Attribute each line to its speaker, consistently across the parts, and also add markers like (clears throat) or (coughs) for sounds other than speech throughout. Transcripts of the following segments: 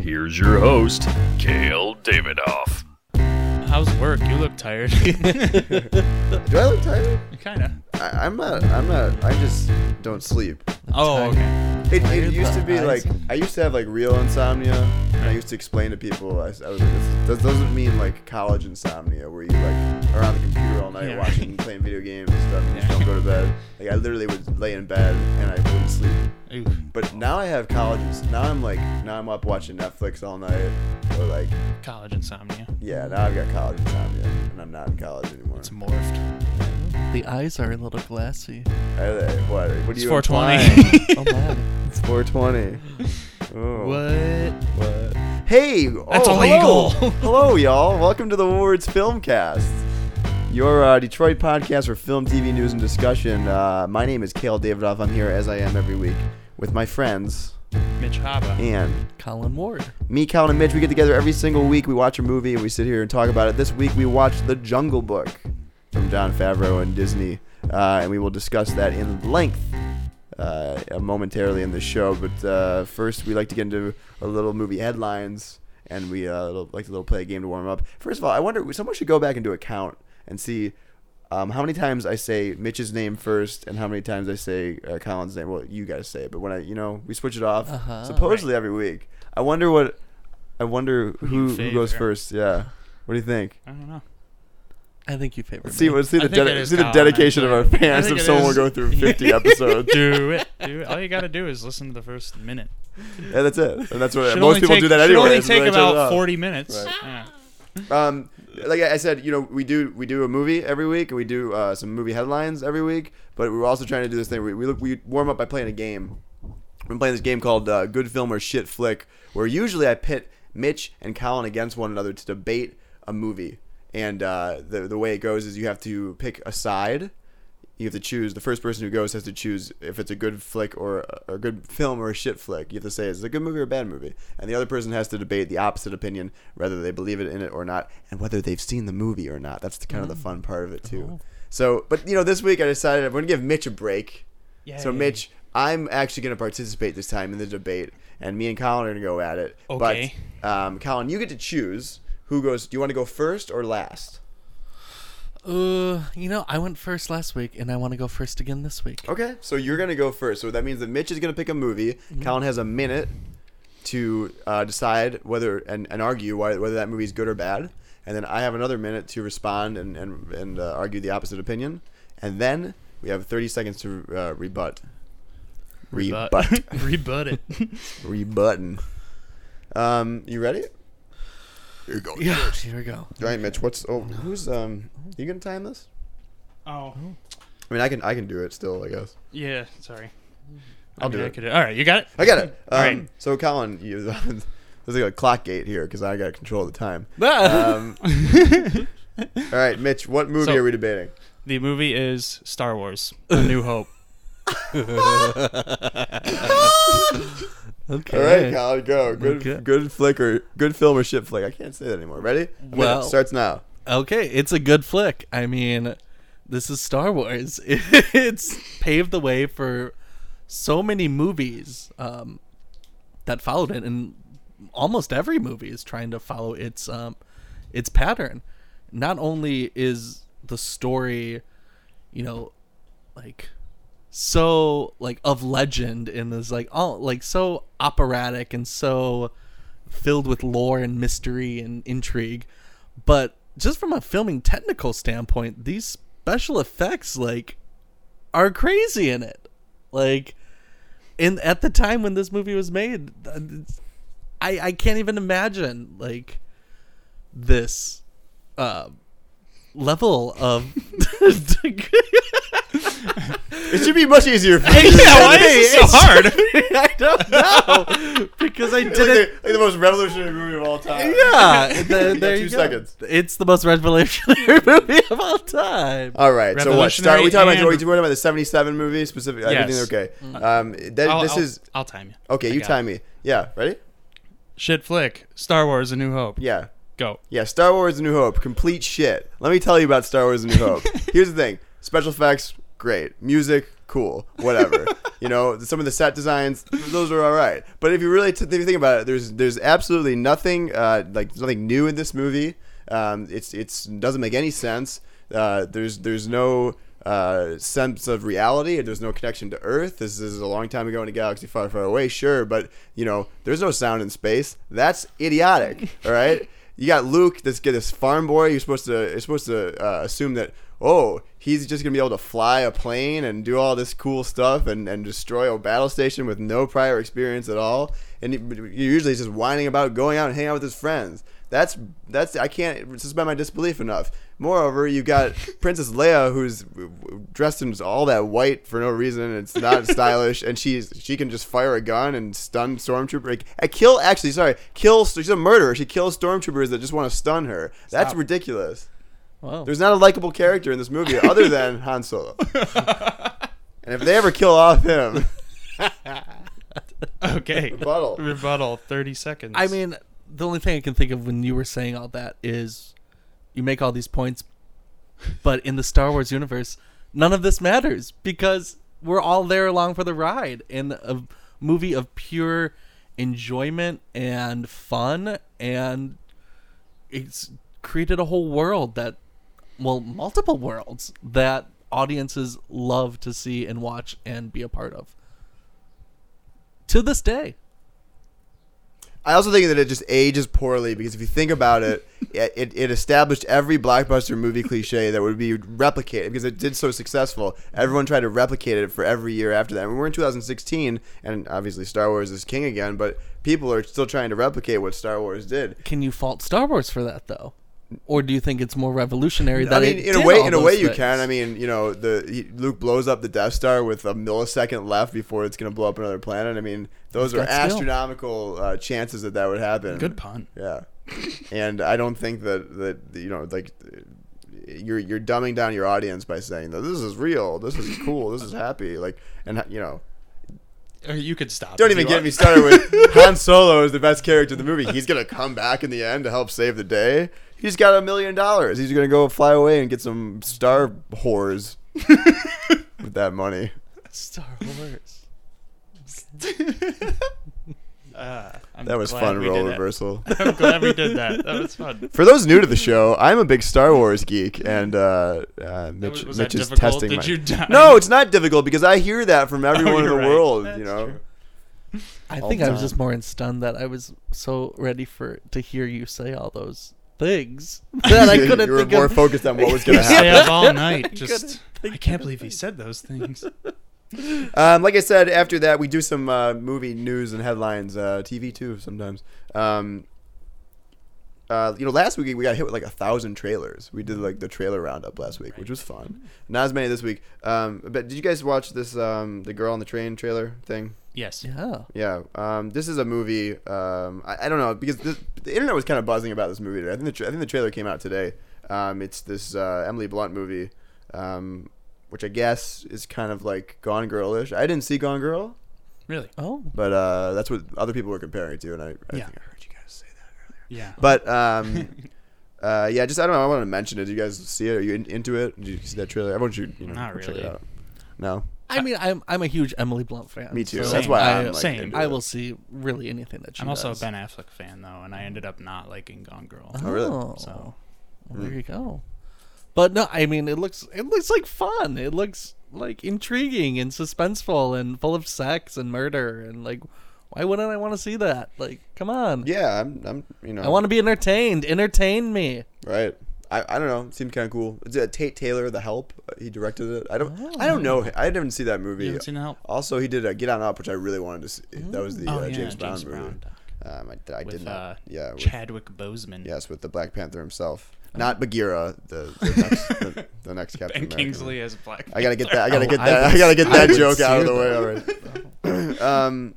Speaker 1: Here's your host, Kale Davidoff.
Speaker 2: How's work? You look
Speaker 3: (laughs)
Speaker 2: tired. (laughs)
Speaker 3: Do I look tired?
Speaker 2: Kinda.
Speaker 3: I, I'm not. I'm not. I just don't sleep.
Speaker 2: Oh, okay.
Speaker 3: It, it used to
Speaker 2: but
Speaker 3: be
Speaker 2: I
Speaker 3: like
Speaker 2: see.
Speaker 3: I used to have like real insomnia, and I used to explain to people. I, s- I was like, this, that doesn't mean like college insomnia where you like around the computer all night
Speaker 2: Yeah.
Speaker 3: watching, playing video games and stuff, and you just don't go to bed. Like I literally would lay in bed and I wouldn't sleep.
Speaker 2: Ooh.
Speaker 3: But now I have college. ins- Now I'm like now I'm up watching Netflix all night, or like
Speaker 2: College insomnia.
Speaker 3: yeah. Now I've got college insomnia, and I'm not in college anymore.
Speaker 2: It's morphed.
Speaker 4: The eyes are a little glassy.
Speaker 3: Are they? What? What do
Speaker 2: It's
Speaker 3: you?
Speaker 2: 420.
Speaker 3: implying?
Speaker 4: Oh my.
Speaker 3: it's 420. Oh.
Speaker 2: What?
Speaker 3: What? Hey, that's
Speaker 2: illegal.
Speaker 3: Hello. hello, y'all. Welcome to the Wards Filmcast, your uh, Detroit podcast for film, TV news, and discussion. Uh, my name is Kale Davidoff. I'm here as I am every week with my friends
Speaker 2: Mitch Haba.
Speaker 3: and
Speaker 4: Colin Ward.
Speaker 3: me, Colin, and Mitch. We get together every single week. We watch a movie and we sit here and talk about it. This week we watched The Jungle Book from John Favreau and Disney, uh, and we will discuss that in length uh, momentarily in the show. But uh, first, we like to get into a little movie headlines, and we uh, little- like to little play a game to warm up. First of all, I wonder someone should go back and do a count and see. Um, how many times I say Mitch's name first, and how many times I say uh, Colin's name? Well, you guys say it, but when I, you know, we switch it off supposedly every week. I wonder what, I wonder who, who goes
Speaker 2: favor?
Speaker 3: first. Yeah, what do you think?
Speaker 2: I don't know.
Speaker 4: I think you favor
Speaker 3: Let's see,
Speaker 4: me.
Speaker 3: let's see
Speaker 2: I
Speaker 3: the
Speaker 2: think it
Speaker 3: dedi-
Speaker 2: is
Speaker 3: see the
Speaker 2: Colin,
Speaker 3: dedication of our
Speaker 2: actually. I
Speaker 3: fans
Speaker 2: think
Speaker 3: if
Speaker 2: it
Speaker 3: someone will
Speaker 2: is.
Speaker 3: go
Speaker 2: (laughs)
Speaker 3: through 50 episodes.
Speaker 2: Do it. Do it. All you gotta do is listen to the first minute.
Speaker 3: Yeah, that's it. And that's what
Speaker 2: Should
Speaker 3: most
Speaker 2: only
Speaker 3: people
Speaker 2: take-
Speaker 3: do that
Speaker 2: should
Speaker 3: anyway.
Speaker 2: only
Speaker 3: is when
Speaker 2: take
Speaker 3: they turn it
Speaker 2: about
Speaker 3: off.
Speaker 2: 40 minutes. Yeah.
Speaker 3: Um, like I said, you know, we do we do a movie every week, and we do uh, some movie headlines every week. But we're also trying to do this thing. We we, look, we warm up by playing a game. I've been playing this game called uh, Good Film or Shit Flick, where usually I pit Mitch and Colin against one another to debate a movie. And uh, the the way it goes is you have to pick a side. You have to choose. The first person who goes has to choose if it's a good flick or a, a good film or a shit flick. You have to say is it a good movie or a bad movie, and the other person has to debate the opposite opinion, whether they believe it in it or not, and whether they've seen the movie or not. That's the, kind of the fun part of it too. So, but you know, this week I decided I'm going to give Mitch a break. So,
Speaker 2: Yay.
Speaker 3: Mitch, I'm actually going to participate this time in the debate, and me and Colin are going to go at it.
Speaker 2: Okay.
Speaker 3: But, um, Colin, you get to choose who goes. Do you want to go first or last?
Speaker 4: Uh, you know, I went first last week, and I want to go first again this week.
Speaker 3: Okay. So you're going to go first. So that means that Mitch is going to pick a movie.
Speaker 2: Mm-hmm.
Speaker 3: Colin has a minute to uh, decide whether and, and argue why, whether that movie is good or bad. And then I have another minute to respond and, and, and uh, argue the opposite opinion. And then we have 30 seconds to uh, rebut.
Speaker 2: Rebut.
Speaker 3: Rebut.
Speaker 2: (laughs) Rebut
Speaker 3: (laughs)
Speaker 2: it.
Speaker 3: Rebutton. Um, you ready? Here goes.
Speaker 4: Yeah, here we
Speaker 3: (laughs)
Speaker 4: go.
Speaker 3: All right, Mitch. What's oh? Who's um? You gonna time this?
Speaker 2: Oh.
Speaker 3: I mean, I can I can do it still. I guess
Speaker 2: Yeah, sorry.
Speaker 3: I'll do
Speaker 2: I
Speaker 3: it.
Speaker 2: could- All right, you got it?
Speaker 3: I got it.
Speaker 2: All
Speaker 3: Um,
Speaker 2: right.
Speaker 3: So Colin, you, (laughs) there's like a clock gate here because I got control of the (laughs) time.
Speaker 4: (laughs)
Speaker 3: Um, all right, Mitch. What movie
Speaker 2: So-
Speaker 3: are we
Speaker 4: (laughs)
Speaker 3: debating?
Speaker 2: The movie is Star Wars A
Speaker 3: (laughs)
Speaker 2: New Hope.
Speaker 4: Okay.
Speaker 3: All right, Colin, go. Good
Speaker 4: Okay.
Speaker 3: good flick or good film or shit flick. I can't say that anymore. Ready? I mean, it
Speaker 4: Well-
Speaker 3: starts now.
Speaker 4: Okay, it's a good flick. I mean, this is Star Wars. (laughs) It's paved the way for so many movies um, that followed it, and almost every movie is trying to follow its um, its pattern. Not only is the story, you know, like so like of legend and is like all like so operatic and so filled with lore and mystery and intrigue. But just from a filming technical standpoint, these special effects like are crazy in it. Like in at the time when this movie was made, I I can't even imagine like this uh level of. (laughs)
Speaker 3: It should be much easier. For you.
Speaker 2: yeah, why is this so hard?
Speaker 4: (laughs) I don't know because I
Speaker 3: It's like, the, (laughs)
Speaker 4: didn't.
Speaker 3: like the most revolutionary movie of all time. (laughs)
Speaker 4: Yeah, th- there
Speaker 3: two
Speaker 4: you go. (laughs)
Speaker 3: seconds.
Speaker 4: It's the most revolutionary movie of all time.
Speaker 3: All right. So what? Start. Are we talking about?
Speaker 2: Revolutionary
Speaker 3: Are we talking about the '77 movie specifically?
Speaker 2: Yes.
Speaker 3: Everything
Speaker 4: Mm.
Speaker 3: okay? Um, that,
Speaker 2: I'll,
Speaker 3: this
Speaker 2: I'll-
Speaker 3: is
Speaker 2: I'll time you.
Speaker 3: okay.
Speaker 2: I
Speaker 3: You
Speaker 2: got
Speaker 3: time me. Yeah. Ready?
Speaker 2: it. Shit flick. Star Wars: A New Hope.
Speaker 3: Yeah.
Speaker 2: Go.
Speaker 3: Yeah. Star Wars: A New Hope. Complete shit. Let me tell you about Star Wars: A New Hope. Here's the thing: special effects, great. Music, cool. Whatever. you know, some of the set designs, those are all right. But if you really t- if you think about it, there's there's absolutely nothing uh, like nothing new in this movie. Um, it's it's doesn't make any sense. Uh, there's there's no uh, sense of reality. There's no connection to Earth. This is a long time ago in a galaxy far, far away. Sure, but you know, there's no sound in space. That's idiotic. All right. You got Luke. This get this farm boy. You're supposed to. You're supposed to uh, assume that. Oh, he's just gonna be able to fly a plane and do all this cool stuff and, and destroy a battle station with no prior experience at all. And he- you're usually just whining about going out and hanging out with his friends. That's that's I can't suspend my disbelief enough. Moreover, you got Princess Leia, who's dressed in all that white for no reason. and It's not stylish, and she's she can just fire a gun and stun stormtrooper. Like, I kill actually, sorry, kill. She's a murderer. She kills stormtroopers that just want to stun her. That's ridiculous.
Speaker 4: Wow.
Speaker 3: There's not a likable character in this movie other than Han Solo. and if they ever kill off him,
Speaker 2: Okay.
Speaker 3: (laughs) Rebuttal.
Speaker 2: Rebuttal. Thirty seconds.
Speaker 4: I mean, the only thing I can think of when you were saying all that is you make all these points, but in the Star Wars universe, none of this matters because we're all there along for the ride in a movie of pure enjoyment and fun, and it's created a whole world that, well, multiple worlds that audiences love to see and watch and be a part of. To this day.
Speaker 3: I also think that it just ages poorly because if you think about it, (laughs) it, it, it established every blockbuster movie cliche that would be replicated because it did so successful. Everyone tried to replicate it for every year after that. And we're in 2016, and obviously Star Wars is king again, but people are still trying to replicate what Star Wars did.
Speaker 4: can you fault Star Wars for that though? Or do you think it's more revolutionary that
Speaker 3: I mean,
Speaker 4: it
Speaker 3: in a
Speaker 4: did
Speaker 3: way,
Speaker 4: all
Speaker 3: in a
Speaker 4: those
Speaker 3: way, you
Speaker 4: things?
Speaker 3: can. I mean, you know, the he, Luke blows up the Death Star with a millisecond left before it's going to blow up another planet. I mean, those are
Speaker 4: got skill.
Speaker 3: astronomical uh, chances that that would happen.
Speaker 2: good pun.
Speaker 3: Yeah, and I don't think that that you know like you're you're dumbing down your audience by saying that this is real, this is cool, this is happy, like and you know
Speaker 2: Or you could stop.
Speaker 3: don't
Speaker 2: if
Speaker 3: even
Speaker 2: you
Speaker 3: get
Speaker 2: want. (laughs)
Speaker 3: me started with Han Solo is the best character in the movie. He's gonna come back in the end to help save the day. He's got a million dollars. He's gonna go fly away and get some star whores
Speaker 2: (laughs)
Speaker 3: with that money.
Speaker 4: Star Wars.
Speaker 2: Uh, I'm
Speaker 3: That was
Speaker 2: glad
Speaker 3: fun
Speaker 2: we
Speaker 3: role
Speaker 2: did that.
Speaker 3: reversal.
Speaker 2: (laughs) I'm glad we did that. That was (laughs) fun.
Speaker 3: For those new to the show, I'm a big Star Wars geek, and uh, uh,
Speaker 2: was-
Speaker 3: Mitch,
Speaker 2: was
Speaker 3: Mitch
Speaker 2: that
Speaker 3: is
Speaker 2: difficult?
Speaker 3: testing.
Speaker 2: Did
Speaker 3: my-
Speaker 2: you die? Oh,
Speaker 3: No, it's not difficult because I hear
Speaker 2: (laughs)
Speaker 3: that from everyone in
Speaker 2: you're right.
Speaker 3: the world. you
Speaker 2: That's
Speaker 3: know,
Speaker 2: true.
Speaker 4: I
Speaker 3: All
Speaker 4: think I was just
Speaker 3: time.
Speaker 4: more in stun that I was so ready for to hear you say all those things (laughs) that I
Speaker 3: (laughs)
Speaker 4: couldn't
Speaker 3: you were
Speaker 4: think
Speaker 3: more
Speaker 4: of.
Speaker 3: focused on what was
Speaker 4: (laughs)
Speaker 3: going to happen.
Speaker 2: Stay up all
Speaker 3: (laughs)
Speaker 2: night. Just
Speaker 4: couldn't
Speaker 2: I can't believe he said those things.
Speaker 3: Um, like I said, after that, we do some uh, movie news and headlines, uh, TV too sometimes. Um, uh, you know, last week we got hit with like a thousand trailers. We did like the trailer roundup last week, which was fun. Not as many this week. Um, but did you guys watch this um, the girl on the train trailer thing?
Speaker 2: Yes.
Speaker 4: yeah.
Speaker 3: Yeah, um, this is a movie. Um, I, I don't know because this, the internet was kind of buzzing about this movie. Today. I think the tra- I think the trailer came out today. Um, it's this uh, Emily Blunt movie, um, which I guess is kind of like Gone Girlish. I didn't see Gone Girl,
Speaker 2: Really?
Speaker 4: Oh,
Speaker 3: but uh, that's what other people were comparing it to, and I, I
Speaker 2: Yeah.
Speaker 3: think I heard you guys say that.
Speaker 2: Yeah. (laughs)
Speaker 3: But um, uh, yeah, just I don't know. I wanted to mention it. Did you guys see it? Are you in, into it? Did you see that trailer? Everyone should you know,
Speaker 2: Not
Speaker 3: check
Speaker 2: really.
Speaker 3: it out. No,
Speaker 4: I mean, I'm I'm a huge Emily Blunt fan.
Speaker 3: me too.
Speaker 4: so
Speaker 3: That's why
Speaker 4: I,
Speaker 3: I'm like,
Speaker 2: same.
Speaker 3: into
Speaker 4: I
Speaker 3: it.
Speaker 4: will see really anything that she
Speaker 2: I'm also a
Speaker 4: does.
Speaker 2: Ben Affleck fan though, and I ended up not liking Gone Girl.
Speaker 4: Oh,
Speaker 3: really?
Speaker 4: So
Speaker 3: Mm.
Speaker 4: there you go. But no, I mean it looks it looks like fun. It looks like intriguing and suspenseful and full of sex and murder and like why wouldn't I want to see that? Like, come on.
Speaker 3: Yeah, I'm. I'm you know,
Speaker 4: I want to be entertained. Entertain me.
Speaker 3: Right. I, I don't know. It seemed kind of cool. Is it Tate Taylor, The Help. Uh, He directed it. I don't. I don't know. I didn't see that movie.
Speaker 2: Oh, You haven't seen The Help? Mm. Oh,
Speaker 3: Also, he did uh, Get On Up, which I really wanted to see. That was the uh,
Speaker 2: yeah,
Speaker 3: James, Brown movie.
Speaker 2: doc.
Speaker 3: Um, I, I did
Speaker 2: with
Speaker 3: not.
Speaker 2: uh,
Speaker 3: yeah. With,
Speaker 2: Chadwick Boseman. (laughs)
Speaker 3: yes, with the Black Panther himself, not Bagheera, the, the,
Speaker 2: (laughs)
Speaker 3: next, the, the next Captain
Speaker 2: Oh. Ben
Speaker 3: America.
Speaker 2: Kingsley as Black.
Speaker 3: I gotta get that. I gotta
Speaker 4: Oh,
Speaker 3: get
Speaker 4: I
Speaker 3: that. I,
Speaker 4: would-
Speaker 3: gotta get
Speaker 4: I
Speaker 3: that
Speaker 4: would
Speaker 3: joke out of the
Speaker 4: sear
Speaker 3: way
Speaker 4: that.
Speaker 3: already.
Speaker 4: (laughs)
Speaker 3: um,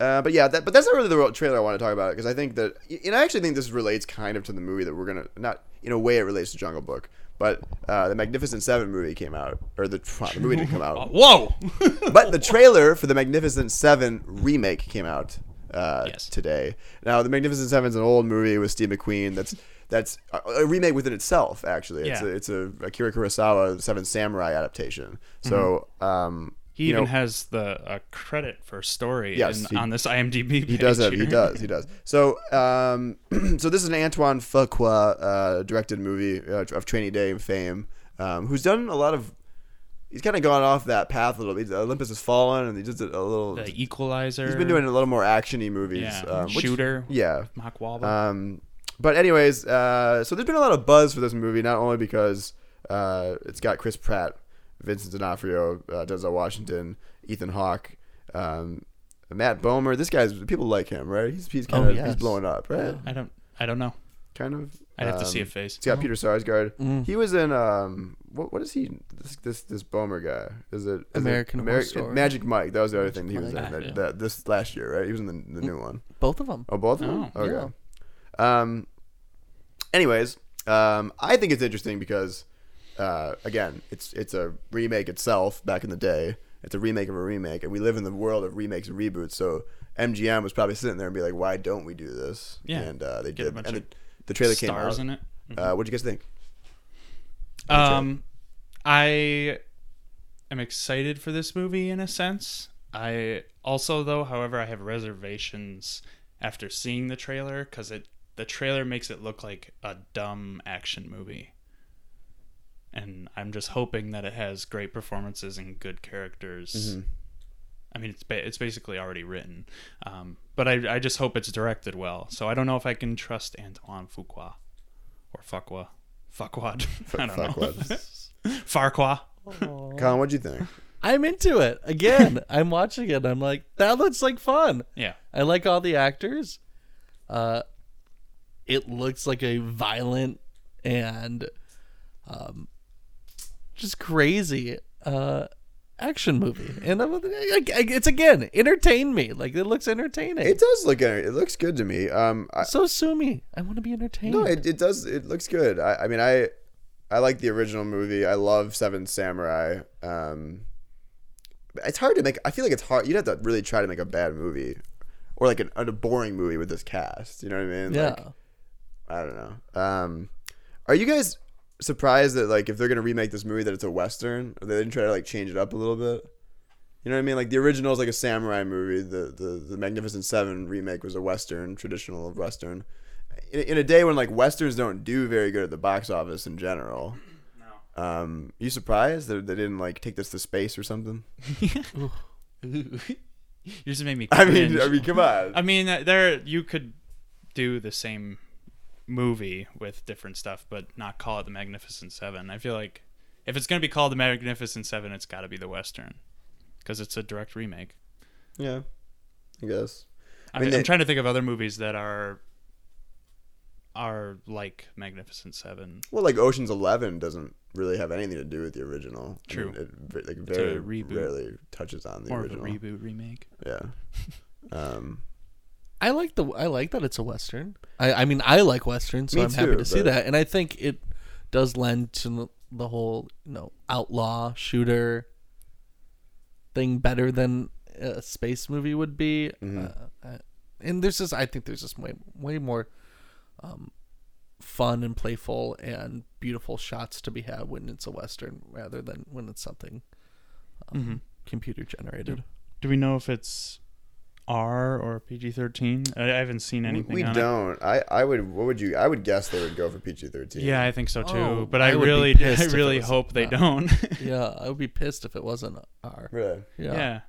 Speaker 3: uh, but yeah, that, but that's not really the real trailer I want to talk about because I think that, and I actually think this relates kind of to the movie that we're gonna not in a way it relates to Jungle Book, but uh, the Magnificent Seven movie came out, or the, the movie didn't come
Speaker 2: (laughs)
Speaker 3: out,
Speaker 2: Whoa! (laughs)
Speaker 3: but the trailer for the Magnificent Seven remake came out uh,
Speaker 2: Yes.
Speaker 3: today. Now, the Magnificent Seven is an old movie with Steve McQueen. That's that's a, a remake within itself. Actually, it's
Speaker 2: Yeah.
Speaker 3: a, it's a Akira Kurosawa Seven Samurai adaptation. So. Um,
Speaker 2: Mm-hmm. he
Speaker 3: you
Speaker 2: even
Speaker 3: know,
Speaker 2: has the uh, credit for story
Speaker 3: Yes,
Speaker 2: in,
Speaker 3: he-
Speaker 2: on this IMDb.
Speaker 3: He
Speaker 2: page
Speaker 3: does have. He
Speaker 2: here.
Speaker 3: does. He does. So, um, (clears throat) so this is an Antoine Fuqua uh, directed movie uh, of Training Day fame, um, who's done a lot of. He's kind of gone off that path a little bit. Olympus has fallen, and he just did a little.
Speaker 2: (laughs) The Equalizer.
Speaker 3: He's been doing a little more actiony movies.
Speaker 2: Yeah.
Speaker 3: um, which-
Speaker 2: Shooter.
Speaker 3: Yeah.
Speaker 2: Mark Wahlberg.
Speaker 3: Um, but anyways, uh, so there's been a lot of buzz for this movie, not only because uh, it's got Chris Pratt, Vincent D'Onofrio, uh, Denzel Washington, Ethan Hawke, um, Matt Bomer. This guy's people like him, right? He's he's kind
Speaker 4: Oh,
Speaker 3: of he's
Speaker 4: yes.
Speaker 3: blowing up, right?
Speaker 2: I don't. I don't know.
Speaker 3: Kind of.
Speaker 2: I'd have to see
Speaker 3: Um,
Speaker 2: a face.
Speaker 3: It's got Peter Sarsgaard.
Speaker 4: Mm-hmm.
Speaker 3: He was in um, what, what is he? This this, this Bomer guy is it is
Speaker 4: American
Speaker 3: it,
Speaker 4: Horror Story.
Speaker 3: Magic Mike? That was the other thing he was in
Speaker 4: Mike. Mm.
Speaker 3: that,
Speaker 2: Ah, yeah.
Speaker 3: that, this last year, right? He was in the, the new one.
Speaker 4: Both of them.
Speaker 3: Oh, both of them.
Speaker 2: Oh,
Speaker 3: okay. Um. Anyways, um, I think it's interesting because, uh, again, it's it's a remake itself. Back in the day, it's a remake of a remake, and we live in the world of remakes and reboots. So MGM was probably sitting there and be like, "Why don't we do this?"
Speaker 2: Yeah.
Speaker 3: And uh, they
Speaker 2: Get a
Speaker 3: did.
Speaker 2: bunch
Speaker 3: and
Speaker 2: of
Speaker 3: the, the trailer came out.
Speaker 2: Stars in it.
Speaker 3: Uh, what do you guys think?
Speaker 2: Um, I am excited for this movie in a sense. I also, though, however, I have reservations after seeing the trailer because it the trailer makes it look like a dumb action movie. And I'm just hoping that it has great performances and good characters. I mean, it's ba- it's basically already written, um, but I, I just hope it's directed well. So I don't know if I can trust Antoine Fuqua or Fuqua, (laughs) Fuquad. I don't know. (laughs) Farqua.
Speaker 3: Colin, what do you think?
Speaker 4: I'm into it again. (laughs) I'm watching it. and I'm like, that looks like fun.
Speaker 2: Yeah.
Speaker 4: I like all the actors. Uh, it looks like a violent and um, just crazy uh, action movie, and I'm, I, I, it's again entertain me. Like it looks entertaining.
Speaker 3: It does look. uh, It looks good to me. Um, I,
Speaker 4: so sue me. I want to be entertained.
Speaker 3: No, it, it does. It looks good. I, I mean, I I like the original movie. I love Seven Samurai. Um, it's hard to make. I feel like it's hard. You'd have to really try to make a bad movie, or like an, a boring movie with this cast. You know what I mean?
Speaker 4: yeah.
Speaker 3: Like, I don't know. Um, are you guys surprised that like if they're gonna remake this movie that it's a western? Or they didn't try to like change it up a little bit. You know what I mean? Like the original is like a samurai movie. The the, the Magnificent Seven remake was a western, traditional western. In, in a day when like westerns don't do very good at the box office in general. No. Um, you surprised that they didn't like take this to space or something? (laughs)
Speaker 2: Ooh. you just made me.
Speaker 3: I mean, uh,
Speaker 2: cringe.
Speaker 3: I mean, come on.
Speaker 2: I mean, uh, there you could do the same movie with different stuff, but not call it the Magnificent Seven. I feel like if it's gonna be called the Magnificent Seven, it's got to be the Western because it's a direct remake.
Speaker 3: yeah, I guess.
Speaker 2: I,
Speaker 3: mean,
Speaker 2: mean,
Speaker 3: they-
Speaker 2: I'm trying to think of other movies that are are like Magnificent Seven.
Speaker 3: Well, like Ocean's Eleven doesn't really have anything to do with the original. I
Speaker 2: True.
Speaker 3: mean, it ve- like very
Speaker 2: reboot.
Speaker 3: rarely touches on the
Speaker 2: More of a
Speaker 3: original.
Speaker 2: reboot remake.
Speaker 3: Yeah.
Speaker 2: (laughs)
Speaker 3: Um,
Speaker 4: I like the I like that it's a western. I I mean I like westerns, so
Speaker 3: Me
Speaker 4: I'm happy
Speaker 3: too,
Speaker 4: to see
Speaker 3: but-
Speaker 4: that, and I think it does lend to the whole you know outlaw shooter thing better than a space movie would be.
Speaker 3: Mm-hmm.
Speaker 4: Uh, uh, and there's just I think there's just way way more um, fun and playful and beautiful shots to be had when it's a western rather than when it's something um,
Speaker 3: Mm-hmm.
Speaker 4: computer generated.
Speaker 2: Do we know if it's R or PG-13? I, I haven't seen
Speaker 3: we
Speaker 2: anything.
Speaker 3: we
Speaker 2: on it.
Speaker 3: don't. I, I would. What would you? I would guess they would go for PG thirteen.
Speaker 2: Yeah, I think so too.
Speaker 4: Oh,
Speaker 2: but I,
Speaker 4: I would be
Speaker 2: really, (laughs)
Speaker 4: pissed
Speaker 2: I
Speaker 4: if it
Speaker 2: really
Speaker 4: was
Speaker 2: hope they
Speaker 4: not.
Speaker 2: don't. (laughs)
Speaker 4: Yeah, I would be pissed if it wasn't R.
Speaker 3: Really.
Speaker 4: Yeah.
Speaker 2: yeah,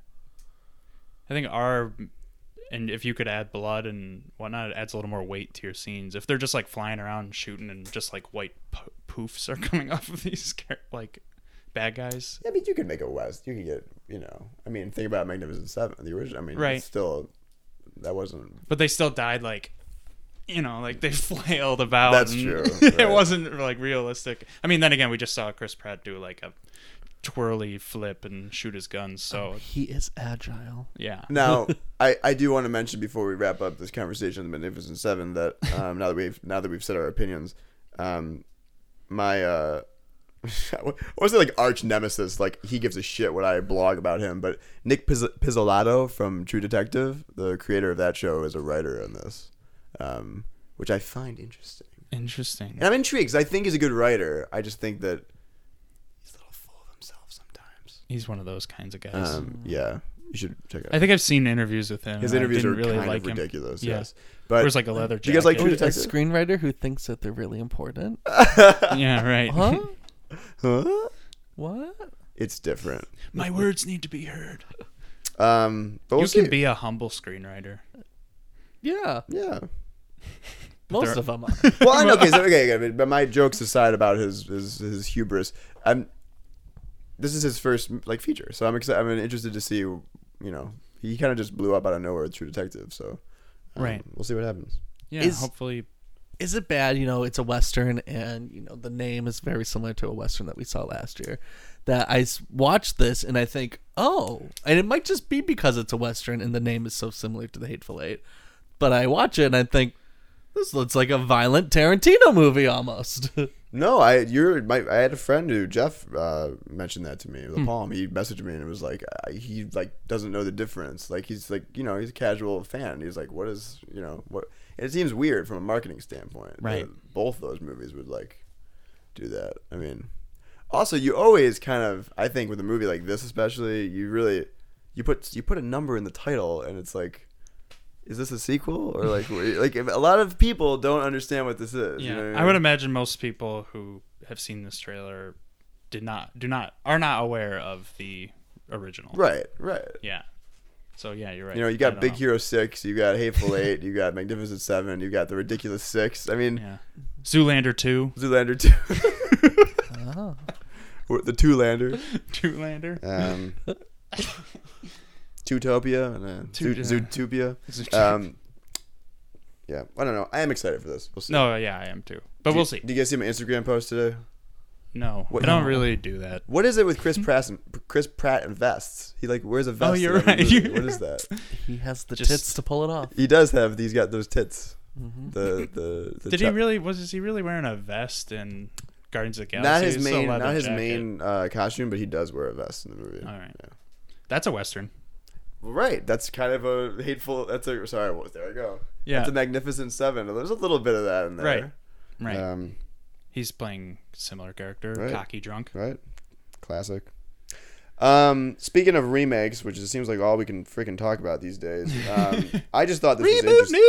Speaker 2: I think R, and if you could add blood and whatnot, it adds a little more weight to your scenes. If they're just like flying around and shooting, and just like white po- poofs are (laughs) coming off of these char- like bad guys.
Speaker 3: I mean, you could make a West. You could get. You know. I mean, think about Magnificent Seven, the original. I mean,
Speaker 2: Right.
Speaker 3: it's still that wasn't
Speaker 2: but they still died like you know like they (laughs) flailed about
Speaker 3: That's
Speaker 2: and
Speaker 3: true,
Speaker 2: (laughs) it
Speaker 3: right.
Speaker 2: wasn't like realistic i mean then again we just saw chris pratt do like a twirly flip and shoot his gun
Speaker 3: Um,
Speaker 2: so
Speaker 4: He is agile.
Speaker 2: yeah
Speaker 3: Now, I, I do want to mention before we wrap up this conversation of the Magnificent Seven that um, now that we've now that we've said our opinions, um, my uh, (laughs) what was it like arch nemesis? Like he gives a shit what I blog about him, but Nick Pizz- Pizzolatto from True Detective, the creator of that show, is a writer on this, um, which I find interesting,
Speaker 2: interesting
Speaker 3: and I'm intrigued. 'cause I think he's a good writer. I just think that he's a little full of himself sometimes.
Speaker 2: he's one of those kinds of guys
Speaker 3: Um, yeah, you should check it out.
Speaker 2: i think i've seen interviews with him
Speaker 3: His
Speaker 2: and I
Speaker 3: interviews are
Speaker 2: didn't really
Speaker 3: kind
Speaker 2: like
Speaker 3: of
Speaker 2: him.
Speaker 3: ridiculous.
Speaker 2: Yeah.
Speaker 3: Yes, but
Speaker 2: Wears, like, a leather
Speaker 3: Do you guys like
Speaker 2: jacket.
Speaker 3: True
Speaker 4: A
Speaker 3: Detective?
Speaker 4: screenwriter who thinks that they're
Speaker 2: (laughs)
Speaker 4: really important.
Speaker 2: yeah right
Speaker 4: Huh?
Speaker 3: Huh?
Speaker 4: what?
Speaker 3: It's different.
Speaker 2: (laughs) my words need to be heard
Speaker 3: Um, but
Speaker 2: you
Speaker 3: we'll
Speaker 2: can
Speaker 3: see.
Speaker 2: be a humble screenwriter
Speaker 4: Yeah,
Speaker 3: yeah.
Speaker 4: most
Speaker 2: They're-
Speaker 4: of them are.
Speaker 3: Well, I know, okay, so, okay, okay, but- but my jokes aside about his his, his hubris, I'm. This is his first like feature, so I'm excited. I'm interested to see. You know, he kind of just blew up out of nowhere with True Detective, so um,
Speaker 2: Right.
Speaker 3: We'll see what happens.
Speaker 2: (laughs) yeah
Speaker 4: Is-
Speaker 2: hopefully
Speaker 4: Is it bad? You know, it's a western, and you know the name is very similar to a western that we saw last year. That I s- watched this and I think, oh, and it might just be because it's a western and the name is so similar to the Hateful Eight. But I watch it and I think this looks like a violent Tarantino movie almost. (laughs)
Speaker 3: No, I you're my. I had a friend who Jeff uh, mentioned that to me.
Speaker 2: Hmm.
Speaker 3: The Palm. He messaged me and it was like uh, he like doesn't know the difference. Like he's like you know he's a casual fan. He's like what is you know what? And it seems weird from a marketing standpoint.
Speaker 2: Right.
Speaker 3: that both those movies would like do that. I mean, also you always kind of I think with a movie like this especially you really you put you put a number in the title and it's like. Is this a sequel
Speaker 2: (laughs)
Speaker 3: or like wh- like if a lot of people don't understand what this is? you
Speaker 2: Yeah,
Speaker 3: know what
Speaker 2: I would imagine most people who have seen this trailer did not do not are not aware of the original.
Speaker 3: Right, right.
Speaker 2: Yeah. So yeah, you're right.
Speaker 3: You know, you
Speaker 2: I don't
Speaker 3: got Big
Speaker 2: know.
Speaker 3: Hero Six, you got
Speaker 2: (laughs)
Speaker 3: Hateful Eight, you got Magnificent Seven, you got the Ridiculous Six. I mean,
Speaker 2: Yeah. Zoolander two. (laughs)
Speaker 3: Zoolander Two,
Speaker 2: Oh.
Speaker 3: Or the Two Lander,
Speaker 2: Zoolander. (laughs)
Speaker 3: um, Zootopia, and uh,
Speaker 2: (laughs)
Speaker 3: Zoo- Zootopia. Um, yeah, I don't know. I am excited for this. We'll see.
Speaker 2: no, yeah, I am too. But we'll see.
Speaker 3: Do you guys see my Instagram post today?
Speaker 2: No,
Speaker 3: What-
Speaker 2: I don't really do that.
Speaker 3: What is it with Chris Pratt? And, Chris Pratt and vests. He like wears a vest. in
Speaker 2: Hmm? Oh, you're
Speaker 3: every
Speaker 2: right.
Speaker 3: movie.
Speaker 2: (laughs)
Speaker 3: What is that?
Speaker 4: he has the
Speaker 2: Just-
Speaker 4: tits to pull it off.
Speaker 3: He does have these. Got those tits. The the. the
Speaker 2: Mm-hmm. Did he
Speaker 3: chap-
Speaker 2: really? Was is he really wearing a vest in Guardians of the Galaxy?
Speaker 3: not his
Speaker 2: It's a
Speaker 3: main,
Speaker 2: leather
Speaker 3: not his
Speaker 2: jacket.
Speaker 3: main uh, costume, but he does wear a vest in the movie.
Speaker 2: All right.
Speaker 3: Yeah.
Speaker 2: That's a western.
Speaker 3: Well, right. That's kind of a hateful. That's a sorry. Well, there I go.
Speaker 2: Yeah.
Speaker 3: It's a Magnificent Seven. There's a little bit of that in
Speaker 2: Right.
Speaker 3: there.
Speaker 2: Right.
Speaker 3: Um.
Speaker 2: He's playing similar character,
Speaker 3: Right.
Speaker 2: cocky drunk.
Speaker 3: Right. Classic. Um. Speaking of remakes, which it seems like all we can freaking talk about these days.
Speaker 2: (laughs)
Speaker 3: Um. I just thought this was interesting.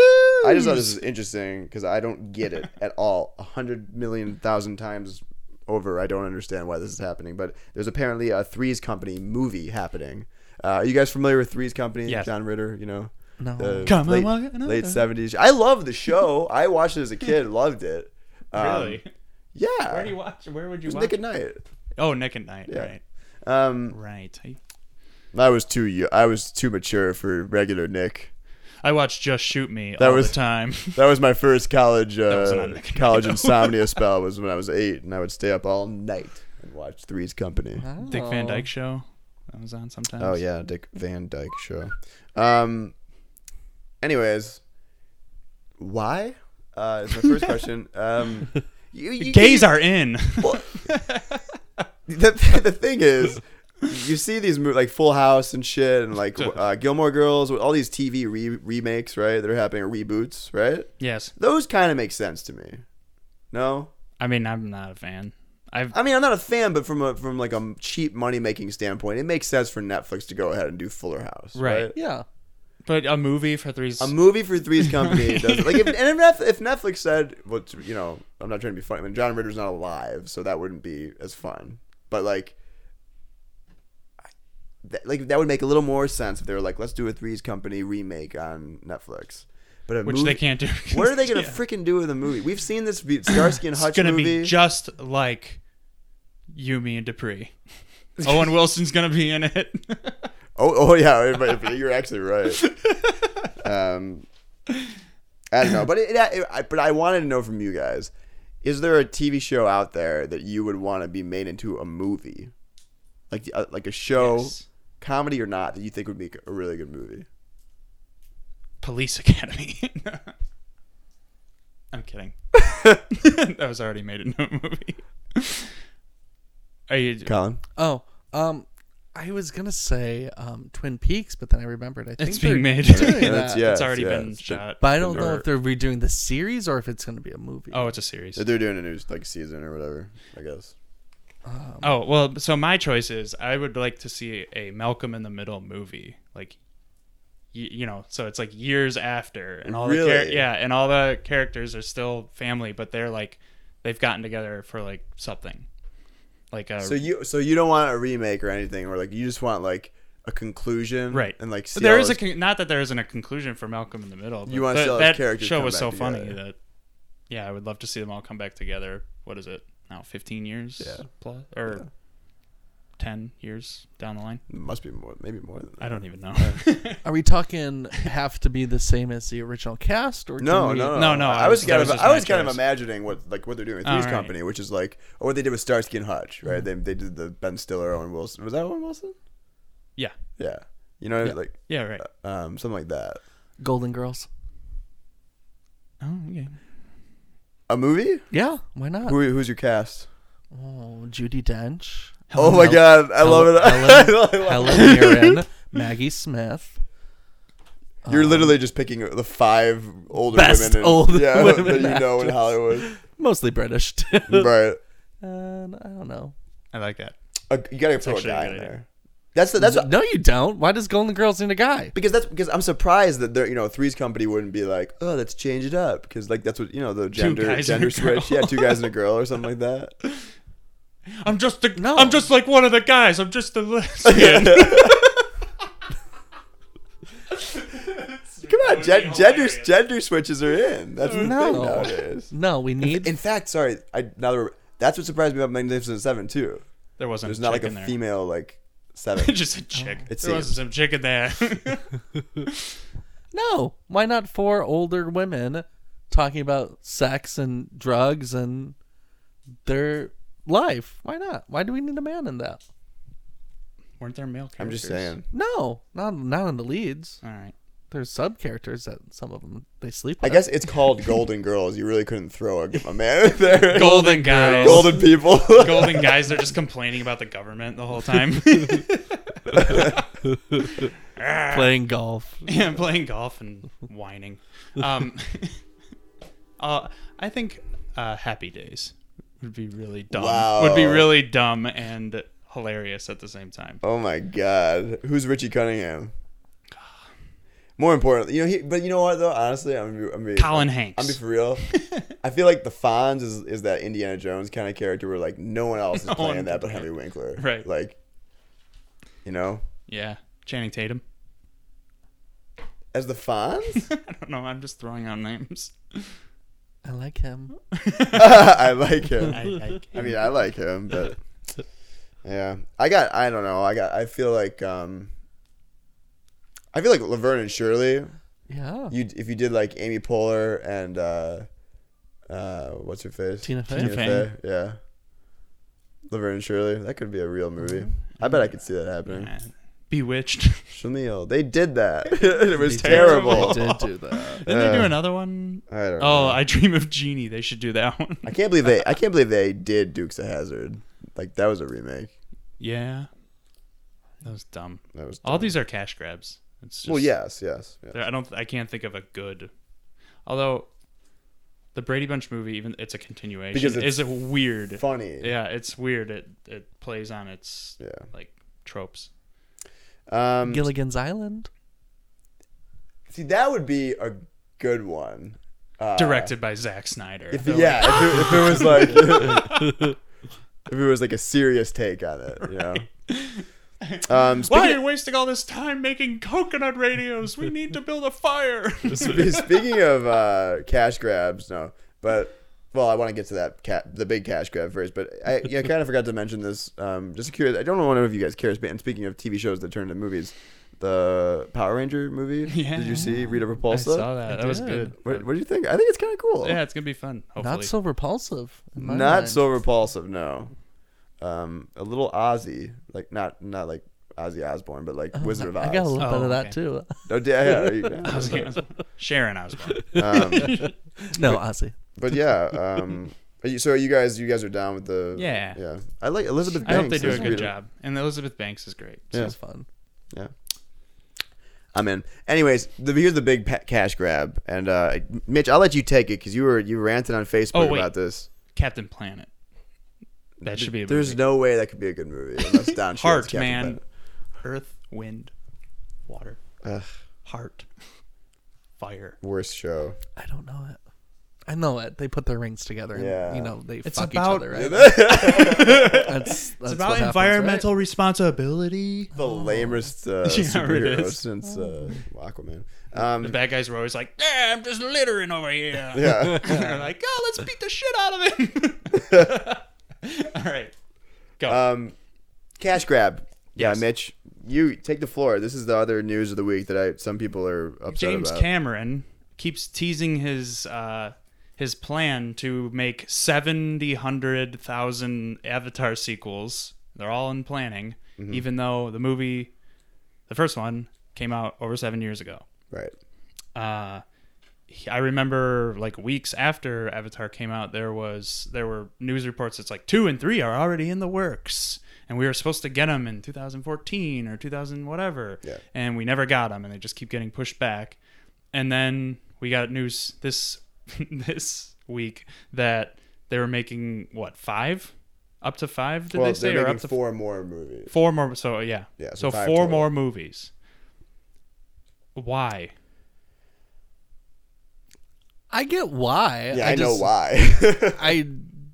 Speaker 3: I just thought this was interesting because I don't get it at all. A hundred million thousand times over, I don't understand why this is happening. But there's apparently a Three's Company movie happening. Uh, are you guys familiar with Three's Company?
Speaker 2: Yes.
Speaker 3: John Ritter, you know,
Speaker 4: No.
Speaker 3: the
Speaker 2: Come
Speaker 3: late,
Speaker 2: on, another.
Speaker 3: late '70s. I love the show. I watched it as
Speaker 2: (laughs)
Speaker 3: a kid. Loved it. Um,
Speaker 2: Really? (laughs)
Speaker 3: Yeah.
Speaker 2: Where do you watch? Where would you
Speaker 3: It was
Speaker 2: watch?
Speaker 3: Nick at Night.
Speaker 2: Oh, Nick at Night.
Speaker 3: Yeah.
Speaker 2: Right.
Speaker 3: Um,
Speaker 2: Right. I,
Speaker 3: I was too. yo- I was too mature for regular Nick.
Speaker 2: I watched Just Shoot Me
Speaker 3: That
Speaker 2: all
Speaker 3: was-
Speaker 2: the time. (laughs)
Speaker 3: That was my first college
Speaker 2: wasn't
Speaker 3: uh,
Speaker 2: on Nick at (laughs)
Speaker 3: college insomnia spell. Was when I was eight, and I would stay up all night and watch Three's Company.
Speaker 2: Dick Van Dyke Show. That was on sometimes.
Speaker 3: Oh yeah, Dick Van Dyke show. Um. Anyways, why? Uh, is my first
Speaker 2: (laughs)
Speaker 3: question. Um, you, you,
Speaker 2: Gays are in. (laughs)
Speaker 3: (laughs) the, the thing is, you see these mo- like Full House and shit, and like uh, Gilmore Girls with all these TV re- remakes, right? That are happening or reboots, right?
Speaker 2: yes.
Speaker 3: Those kind of make sense to me. No,
Speaker 2: I mean, I'm not a fan. I've
Speaker 3: I mean, I'm not a fan, but from a from like a cheap money making standpoint, it makes sense for Netflix to go ahead and do Fuller House,
Speaker 2: Right.
Speaker 3: right?
Speaker 4: Yeah.
Speaker 2: but a movie for threes.
Speaker 3: A movie
Speaker 2: (laughs)
Speaker 3: for Three's Company does like if and if, Netf- if Netflix said, well, it's- you know, I'm not trying to be funny. I mean, John Ritter's not alive, so that wouldn't be as fun. But like, I- that, like that would make a little more sense if they were like, let's do a Three's Company remake on Netflix. But a
Speaker 2: which
Speaker 3: movie,
Speaker 2: they can't do.
Speaker 3: What are they
Speaker 2: (laughs)
Speaker 3: gonna
Speaker 2: Yeah.
Speaker 3: freaking do with a movie? We've seen this be- Starsky and
Speaker 2: It's
Speaker 3: Hutch
Speaker 2: gonna
Speaker 3: movie.
Speaker 2: be just like Yumi and
Speaker 3: (laughs)
Speaker 2: Dupree. Owen Wilson's gonna be in it. (laughs)
Speaker 3: oh, oh yeah, but- but you're actually right. Um, I don't know, but it, it, I- but I wanted to know from you guys: is there a TV show out there that you would want to be made into a movie, like uh, like a show,
Speaker 2: Yes.
Speaker 3: comedy or not, that you think would make a really good movie?
Speaker 2: Police (laughs) Academy. I'm kidding. (laughs) that was already made into a movie. (laughs) Are you?
Speaker 3: Colin,
Speaker 4: Oh, um, I was gonna say um, Twin Peaks, but then I remembered. I think
Speaker 2: It's being
Speaker 4: they're
Speaker 2: made.
Speaker 4: doing
Speaker 2: Yeah,
Speaker 3: (laughs)
Speaker 4: that.
Speaker 3: yeah.
Speaker 2: Uh, it's already
Speaker 3: yes,
Speaker 2: been
Speaker 3: it's been-
Speaker 2: shot.
Speaker 4: But I don't know
Speaker 3: Or-
Speaker 4: if they're redoing the series or if it's gonna be a movie.
Speaker 2: oh, it's a series.
Speaker 3: they're doing a new like season or whatever, I guess.
Speaker 2: Oh well, so my choice is I would like to see a Malcolm in the Middle movie, like y- you know, so it's like years after, and all the char-
Speaker 3: Really?
Speaker 2: yeah, and all the characters are still family, but they're like they've gotten together for like something, like a
Speaker 3: So you so you don't want a remake or anything, or like you just want like a conclusion,
Speaker 2: right
Speaker 3: And like see
Speaker 2: But there
Speaker 3: how
Speaker 2: is a
Speaker 3: it's-
Speaker 2: con- not that there isn't a conclusion for Malcolm in the Middle. But
Speaker 3: You wanna
Speaker 2: that-
Speaker 3: see all the
Speaker 2: that
Speaker 3: characters
Speaker 2: show
Speaker 3: come
Speaker 2: was
Speaker 3: back
Speaker 2: so funny
Speaker 3: together.
Speaker 2: that yeah, I would love to see them all come back together. What is it now? Fifteen years
Speaker 3: Yeah.
Speaker 2: plus or ten years down the line.
Speaker 3: must be more, maybe more than that.
Speaker 2: I don't even know.
Speaker 4: Are we talking have to be the same as the original cast or
Speaker 3: No,
Speaker 4: can we-
Speaker 3: no, no,
Speaker 2: No, no,
Speaker 3: I
Speaker 2: I was-
Speaker 3: was kind
Speaker 2: that
Speaker 3: of,
Speaker 2: was just
Speaker 3: I
Speaker 2: my
Speaker 3: was kind of
Speaker 2: choice.
Speaker 3: imagining what like what they're doing with
Speaker 2: All
Speaker 3: Three's
Speaker 2: right.
Speaker 3: Company, which is like, or what they did with Starsky and Hutch, right?
Speaker 2: Mm-hmm.
Speaker 3: They they did the Ben Stiller, Owen Wilson. Was that Owen Wilson?
Speaker 2: (laughs) yeah,
Speaker 3: Yeah, you know, like
Speaker 2: yeah, right.
Speaker 3: um, something like that.
Speaker 4: Golden Girls.
Speaker 2: Oh, okay.
Speaker 3: A movie?
Speaker 4: Yeah, why not?
Speaker 3: Who, who's your cast?
Speaker 4: Oh, Judy Dench.
Speaker 3: Oh my God, I love (laughs) it. I love it.
Speaker 4: Helen Mirren, Maggie Smith.
Speaker 3: You're
Speaker 2: Um,
Speaker 3: literally just picking the five older
Speaker 4: Best
Speaker 3: women, in-
Speaker 4: old
Speaker 3: yeah,
Speaker 2: (laughs)
Speaker 3: (laughs)
Speaker 4: women
Speaker 3: that you know in
Speaker 4: actress.
Speaker 3: Hollywood,
Speaker 4: Mostly British. (laughs) too.
Speaker 3: right?
Speaker 4: and I don't know.
Speaker 2: I like that.
Speaker 3: A, you gotta throw a
Speaker 2: actually a
Speaker 3: guy
Speaker 2: good
Speaker 3: in
Speaker 2: idea.
Speaker 3: there. That's the, that's what,
Speaker 4: No, you don't. Why does Golden Girls need a guy?
Speaker 3: because that's because I'm surprised that there you know Three's Company wouldn't be like oh let's change it up because like that's what you know the gender
Speaker 2: guys and
Speaker 3: gender
Speaker 2: a girl.
Speaker 3: switch yeah two guys and a girl or something like that
Speaker 2: I'm just the,
Speaker 4: No.
Speaker 2: I'm just like one of the guys. I'm
Speaker 3: (laughs)
Speaker 2: just the (laughs) lesbian.
Speaker 3: come on gen- gender gender switches are in that's the
Speaker 4: No.
Speaker 3: thing nowadays
Speaker 4: No, we need.
Speaker 3: in fact sorry I now that we're- that's what surprised me about Magnificent Seven too
Speaker 2: there wasn't.
Speaker 3: there's
Speaker 2: a
Speaker 3: not like
Speaker 2: chick
Speaker 3: a
Speaker 2: in there.
Speaker 3: female like
Speaker 2: (laughs)
Speaker 3: seven
Speaker 2: just a chick.
Speaker 3: It
Speaker 2: there wasn't
Speaker 3: seems.
Speaker 2: some chick in
Speaker 3: (laughs)
Speaker 2: there.
Speaker 4: no, why not four older women talking about sex and drugs and their life? Why not? Why do we need a man in that?
Speaker 2: Weren't there male characters?
Speaker 3: I'm just saying
Speaker 4: No, not not in the leads.
Speaker 2: All right.
Speaker 4: There's sub characters that some of them they sleep.
Speaker 3: I
Speaker 4: with.
Speaker 3: guess it's called Golden Girls you really couldn't throw a, a man (laughs) in there
Speaker 2: Golden guys.
Speaker 3: golden people (laughs)
Speaker 2: Golden guys. They're just complaining about the government the whole time. (laughs)
Speaker 4: playing golf.
Speaker 2: yeah, playing golf and whining. Um, (laughs) uh, I think uh, Happy Days would be really dumb.
Speaker 3: Wow.
Speaker 2: Would be really dumb and hilarious at the same time.
Speaker 3: Oh my God, who's Richie Cunningham? More importantly, you know, he, but you know what though? Honestly, I'm gonna be, I'm gonna be,
Speaker 2: Colin
Speaker 3: I'm gonna be
Speaker 2: Hanks. (laughs)
Speaker 3: for real. I feel like the Fonz is, is that Indiana Jones kind of character where like no
Speaker 2: (laughs)
Speaker 3: one else is playing
Speaker 2: one-
Speaker 3: that but Henry Winkler,
Speaker 2: Right.
Speaker 3: Like, you know,
Speaker 2: yeah, Channing Tatum. (laughs)
Speaker 3: as the Fonz, (laughs)
Speaker 2: I don't know. I'm just throwing out names.
Speaker 4: I like him.
Speaker 3: I like him.
Speaker 2: I,
Speaker 3: I,
Speaker 2: I,
Speaker 3: mean, I like
Speaker 2: (laughs)
Speaker 3: him, but yeah, I got. I don't know. I got. I feel like. um I feel like Laverne and Shirley
Speaker 4: Yeah.
Speaker 3: you if you did like Amy Poehler and uh, uh, what's her face?
Speaker 4: Tina Fey.
Speaker 2: Tina Fey.
Speaker 3: Yeah. Laverne and Shirley. That could be a real movie. I bet I could see that happening.
Speaker 2: Uh, Bewitched.
Speaker 3: Shamil, they did that. it was
Speaker 4: They did-
Speaker 3: terrible.
Speaker 4: They did do that.
Speaker 2: (laughs) Didn't they do
Speaker 3: Uh,
Speaker 2: another one?
Speaker 3: I don't
Speaker 2: Oh,
Speaker 3: know.
Speaker 2: I Dream of Jeannie. They should do that (laughs) one.
Speaker 3: I can't believe they. I can't believe they did Dukes of Hazard. Like that was a remake.
Speaker 2: Yeah. That was dumb.
Speaker 3: That was.
Speaker 2: All these are cash grabs. It's Oh, just,
Speaker 3: well, yes, yes. yes.
Speaker 2: there- I don't. I can't think of a good. Although, the Brady Bunch movie, even it's a continuation.
Speaker 3: Because it's
Speaker 2: is it weird?
Speaker 3: Funny.
Speaker 2: Yeah, it's weird. It it plays on its
Speaker 3: Yeah.
Speaker 2: like tropes.
Speaker 3: Um,
Speaker 4: Gilligan's Island.
Speaker 3: see, that would be a good one.
Speaker 2: Directed by Zack Snyder.
Speaker 3: Uh, If, yeah, if, it, if it was like
Speaker 2: (laughs)
Speaker 3: if it was like a serious take on it, you know. Um,
Speaker 2: Why are
Speaker 3: speaking,
Speaker 2: you wasting all this time making coconut radios? We need to build a
Speaker 3: (laughs)
Speaker 2: fire.
Speaker 3: speaking of uh, cash grabs, no, but well, I want to get to that cat, the big cash grab first. But I, yeah, I kind of forgot to mention this. Um, just curious, I don't know if you guys care. And speaking of TV shows that turn into movies, the Power Ranger movie.
Speaker 2: (laughs) Yeah.
Speaker 3: Did you see Rita Repulsa?
Speaker 2: I saw that. that was
Speaker 4: did.
Speaker 2: good.
Speaker 3: What, what do you think? I think it's kind of
Speaker 2: (laughs)
Speaker 3: cool.
Speaker 2: Yeah, it's gonna be fun. Hopefully.
Speaker 4: Not so repulsive. in my
Speaker 3: not
Speaker 4: mind.
Speaker 3: so repulsive. No, um, a little Aussie, like not not like Ozzy Osbourne, but like Wizard of Oz.
Speaker 4: I got a little
Speaker 2: Oh,
Speaker 4: bit of that
Speaker 2: okay.
Speaker 4: too.
Speaker 3: Oh, yeah, yeah,
Speaker 4: (laughs)
Speaker 3: yeah.
Speaker 2: I was gonna- Sharon Osbourne.
Speaker 4: no, Ozzy.
Speaker 3: but yeah. Um, are you, so are you guys you guys are down with the
Speaker 2: Yeah.
Speaker 3: yeah. I like Elizabeth.
Speaker 2: I
Speaker 3: (laughs) Banks
Speaker 2: hope they do a
Speaker 3: is
Speaker 2: good
Speaker 3: Rita.
Speaker 2: job. And Elizabeth Banks is great.
Speaker 4: She
Speaker 3: Yeah.
Speaker 4: was fun.
Speaker 3: Yeah. I'm in. Anyways, the, here's the big pa- cash grab, and uh, Mitch, I'll let you take it because you were you ranted on Facebook
Speaker 2: Oh, wait.
Speaker 3: about this.
Speaker 2: Captain Planet. That should be a
Speaker 3: There's
Speaker 2: movie.
Speaker 3: no way that could be a good movie
Speaker 2: (laughs)
Speaker 3: unless Don Shultz
Speaker 2: heart,
Speaker 3: Captain
Speaker 2: man.
Speaker 3: Planet.
Speaker 2: Earth, wind, water,
Speaker 3: Ugh,
Speaker 2: heart, fire.
Speaker 3: worst show.
Speaker 4: I don't know it. I know it. They put their rings together. And,
Speaker 3: Yeah.
Speaker 4: You know they
Speaker 2: It's
Speaker 4: fuck
Speaker 2: about-
Speaker 4: each
Speaker 3: (laughs)
Speaker 4: other. Right? that's, that's
Speaker 2: It's
Speaker 4: what
Speaker 2: about
Speaker 4: happens,
Speaker 2: environmental
Speaker 4: Right?
Speaker 2: responsibility.
Speaker 3: the lamest uh,
Speaker 2: Oh. (laughs) Yeah, it
Speaker 3: superhero
Speaker 2: is. Oh.
Speaker 3: since uh, Aquaman. Um,
Speaker 2: The bad guys were always like, "Yeah, I'm just littering over here." (laughs)
Speaker 3: yeah,
Speaker 2: They're like, "Oh, let's beat the shit out of him." (laughs)
Speaker 4: (laughs)
Speaker 2: All right.
Speaker 3: um, cash grab.
Speaker 2: Yes.
Speaker 3: Yeah, Mitch, you take the floor. This is the other news of the week that I some people are upset
Speaker 2: James
Speaker 3: about.
Speaker 2: Cameron keeps teasing his uh, his plan to make seventy hundred thousand Avatar sequels. They're all in planning,
Speaker 3: Mm-hmm.
Speaker 2: even though the movie, the first one, came out over seven years ago.
Speaker 3: right.
Speaker 2: Uh, he- I remember like weeks after Avatar came out, there was there were news reports. It's like two and three are already in the works, and we were supposed to get them in 2014 or 2000 whatever,
Speaker 3: Yeah.
Speaker 2: and we never got them, and they just keep getting pushed back. And then we got news this (laughs) this week that they were making what five, up to five? Did
Speaker 3: Well,
Speaker 2: they
Speaker 3: they
Speaker 2: say
Speaker 3: are
Speaker 2: or
Speaker 3: making
Speaker 2: up to
Speaker 3: four more movies.
Speaker 2: four more? So yeah,
Speaker 3: Yeah,
Speaker 2: so,
Speaker 3: so
Speaker 2: four
Speaker 3: five total.
Speaker 2: more movies. Why?
Speaker 4: I get why.
Speaker 3: Yeah, I, know
Speaker 4: just-
Speaker 3: why.
Speaker 2: (laughs)
Speaker 3: (laughs)
Speaker 4: I,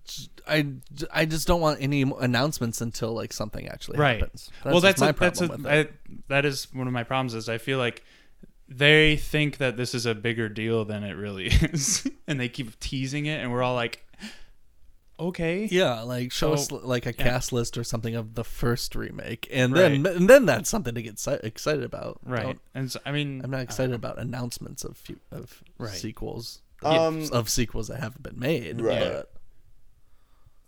Speaker 4: j- I, j- I just don't want any mo- announcements until like something actually
Speaker 2: right.
Speaker 4: happens.
Speaker 2: well,
Speaker 4: just
Speaker 2: that's
Speaker 4: my
Speaker 2: a, that's a,
Speaker 4: problem with it.
Speaker 2: I, that is one of my problems. Is I feel like they think that this is a bigger deal than it really (laughs) is, and they keep teasing it, and we're all like, okay,
Speaker 4: yeah, like show us
Speaker 2: So-
Speaker 4: like a cast list or something of the first remake, and then and then that's something to get si- excited about.
Speaker 2: right.
Speaker 4: Don't-
Speaker 2: and so, I mean,
Speaker 4: I'm not excited about announcements of fu- of
Speaker 2: Right.
Speaker 4: sequels
Speaker 3: Um,
Speaker 4: of sequels that haven't been made.
Speaker 3: Right.
Speaker 4: but-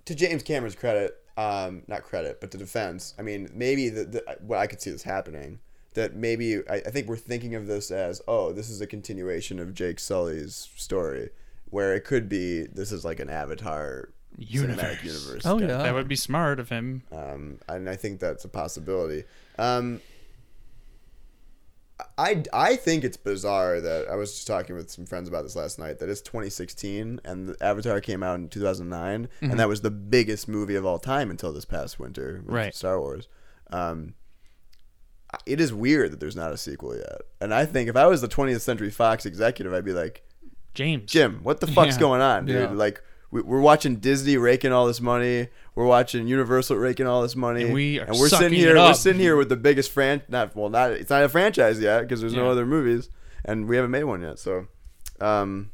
Speaker 3: to James Cameron's credit, um, not credit, but to defense, I mean, maybe the, the what I could see this happening. That maybe I, I think we're thinking of this as, oh, this is a continuation of Jake Sully's story, where it could be this is like an Avatar
Speaker 2: Universe.
Speaker 3: cinematic universe.
Speaker 4: oh
Speaker 3: kind
Speaker 4: yeah.
Speaker 2: that would be smart of him.
Speaker 3: um, and I think that's a possibility. Um, I, I think it's bizarre that I was just talking with some friends about this last night that it's 2016 and the Avatar came out in 2009 and that was the biggest movie of all time until this past winter, with
Speaker 2: Right.
Speaker 3: Star Wars. Um, I- it is weird that there's not a sequel yet, and I think if I was the 20th Century Fox executive, I'd be like,
Speaker 2: James.
Speaker 3: Jim, what the fuck's
Speaker 2: Yeah.
Speaker 3: going on, dude?
Speaker 4: Yeah.
Speaker 3: Like, we, we're watching Disney raking all this money. We're watching Universal raking all this money,
Speaker 2: And we are sucking
Speaker 3: we're sitting
Speaker 2: it
Speaker 3: here. We're
Speaker 2: up.
Speaker 3: sitting here with the biggest fran. Not well, not it's not a franchise yet because there's
Speaker 2: Yeah.
Speaker 3: no other movies, and we haven't made one yet. So, um,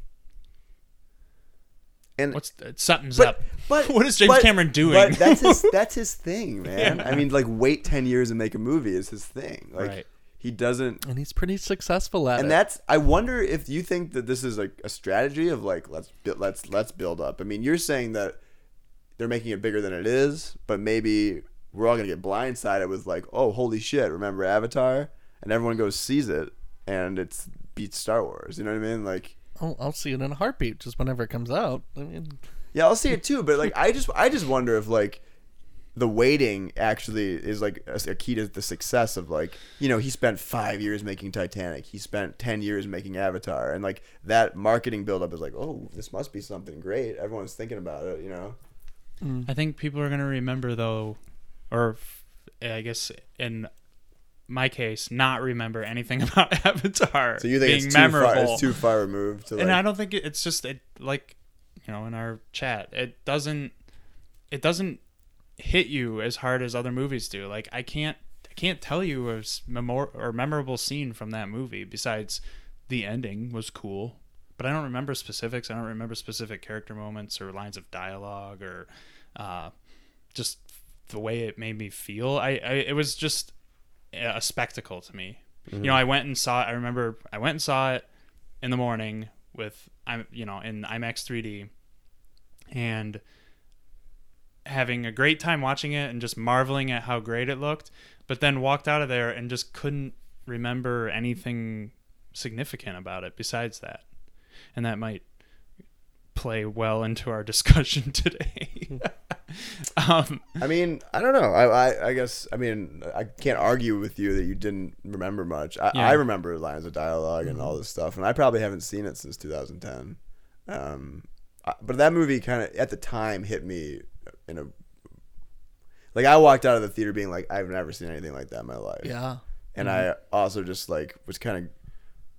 Speaker 3: and
Speaker 2: What's something's
Speaker 3: but,
Speaker 2: up? (laughs)
Speaker 3: but
Speaker 2: what is James
Speaker 3: but-
Speaker 2: Cameron doing?
Speaker 3: But
Speaker 2: (laughs)
Speaker 3: that's his that's his thing, man. I mean, like wait ten years and make a movie is his thing. Like
Speaker 2: Right.
Speaker 3: he doesn't
Speaker 4: and he's pretty successful at it.
Speaker 3: and that's I wonder if you think that this is like a strategy of like let's bu- let's let's build up. I mean, you're saying that they're making it bigger than it is, but maybe we're all gonna get blindsided with like, oh, holy shit! Remember Avatar? And everyone goes sees it, and it's beats Star Wars. You know what I mean? Like,
Speaker 4: I'll, Oh, I'll see it in a heartbeat just whenever it comes out. I mean,
Speaker 3: yeah, I'll see it too,
Speaker 2: (laughs)
Speaker 3: but like, I just I just wonder if like the waiting actually is like a, a key to the success of like you know he spent five years making titanic he spent 10 years making avatar and like that marketing buildup is like oh this must be something great everyone's thinking about it you know
Speaker 2: I think people are going to remember though, or f- I guess in my case, not remember anything (laughs) about Avatar.
Speaker 3: so you think
Speaker 2: being
Speaker 3: it's too
Speaker 2: memorable?
Speaker 3: far it's too far removed to like
Speaker 2: and I don't think it, it's just it like you know in our chat it doesn't it doesn't hit you as hard as other movies do. Like I can't I can't tell you a s- memor- or memorable scene from that movie besides the ending was cool, but I don't remember specifics. I don't remember specific character moments or lines of dialogue or uh, just the way it made me feel. I, I it was just a spectacle to me
Speaker 3: Mm-hmm.
Speaker 2: You know, I went and saw it. I remember I went and saw it in the morning with I'm you know in IMAX 3D and having a great time watching it and just marveling at how great it looked, but then walked out of there and just couldn't remember anything significant about it besides that. And that might play well into our (laughs) discussion today. (laughs) um,
Speaker 3: I mean, I don't know. I, I, I guess I mean I can't argue with you that you didn't remember much. I,
Speaker 2: Yeah.
Speaker 3: I remember lines of dialog and all this stuff, and I probably haven't seen it since 2010. Um, I- but that movie kind of at the time hit me in a like I walked out of the theater being like I've never seen anything like that in my life.
Speaker 4: Yeah.
Speaker 3: and
Speaker 2: Mm-hmm.
Speaker 3: I also just like was kind of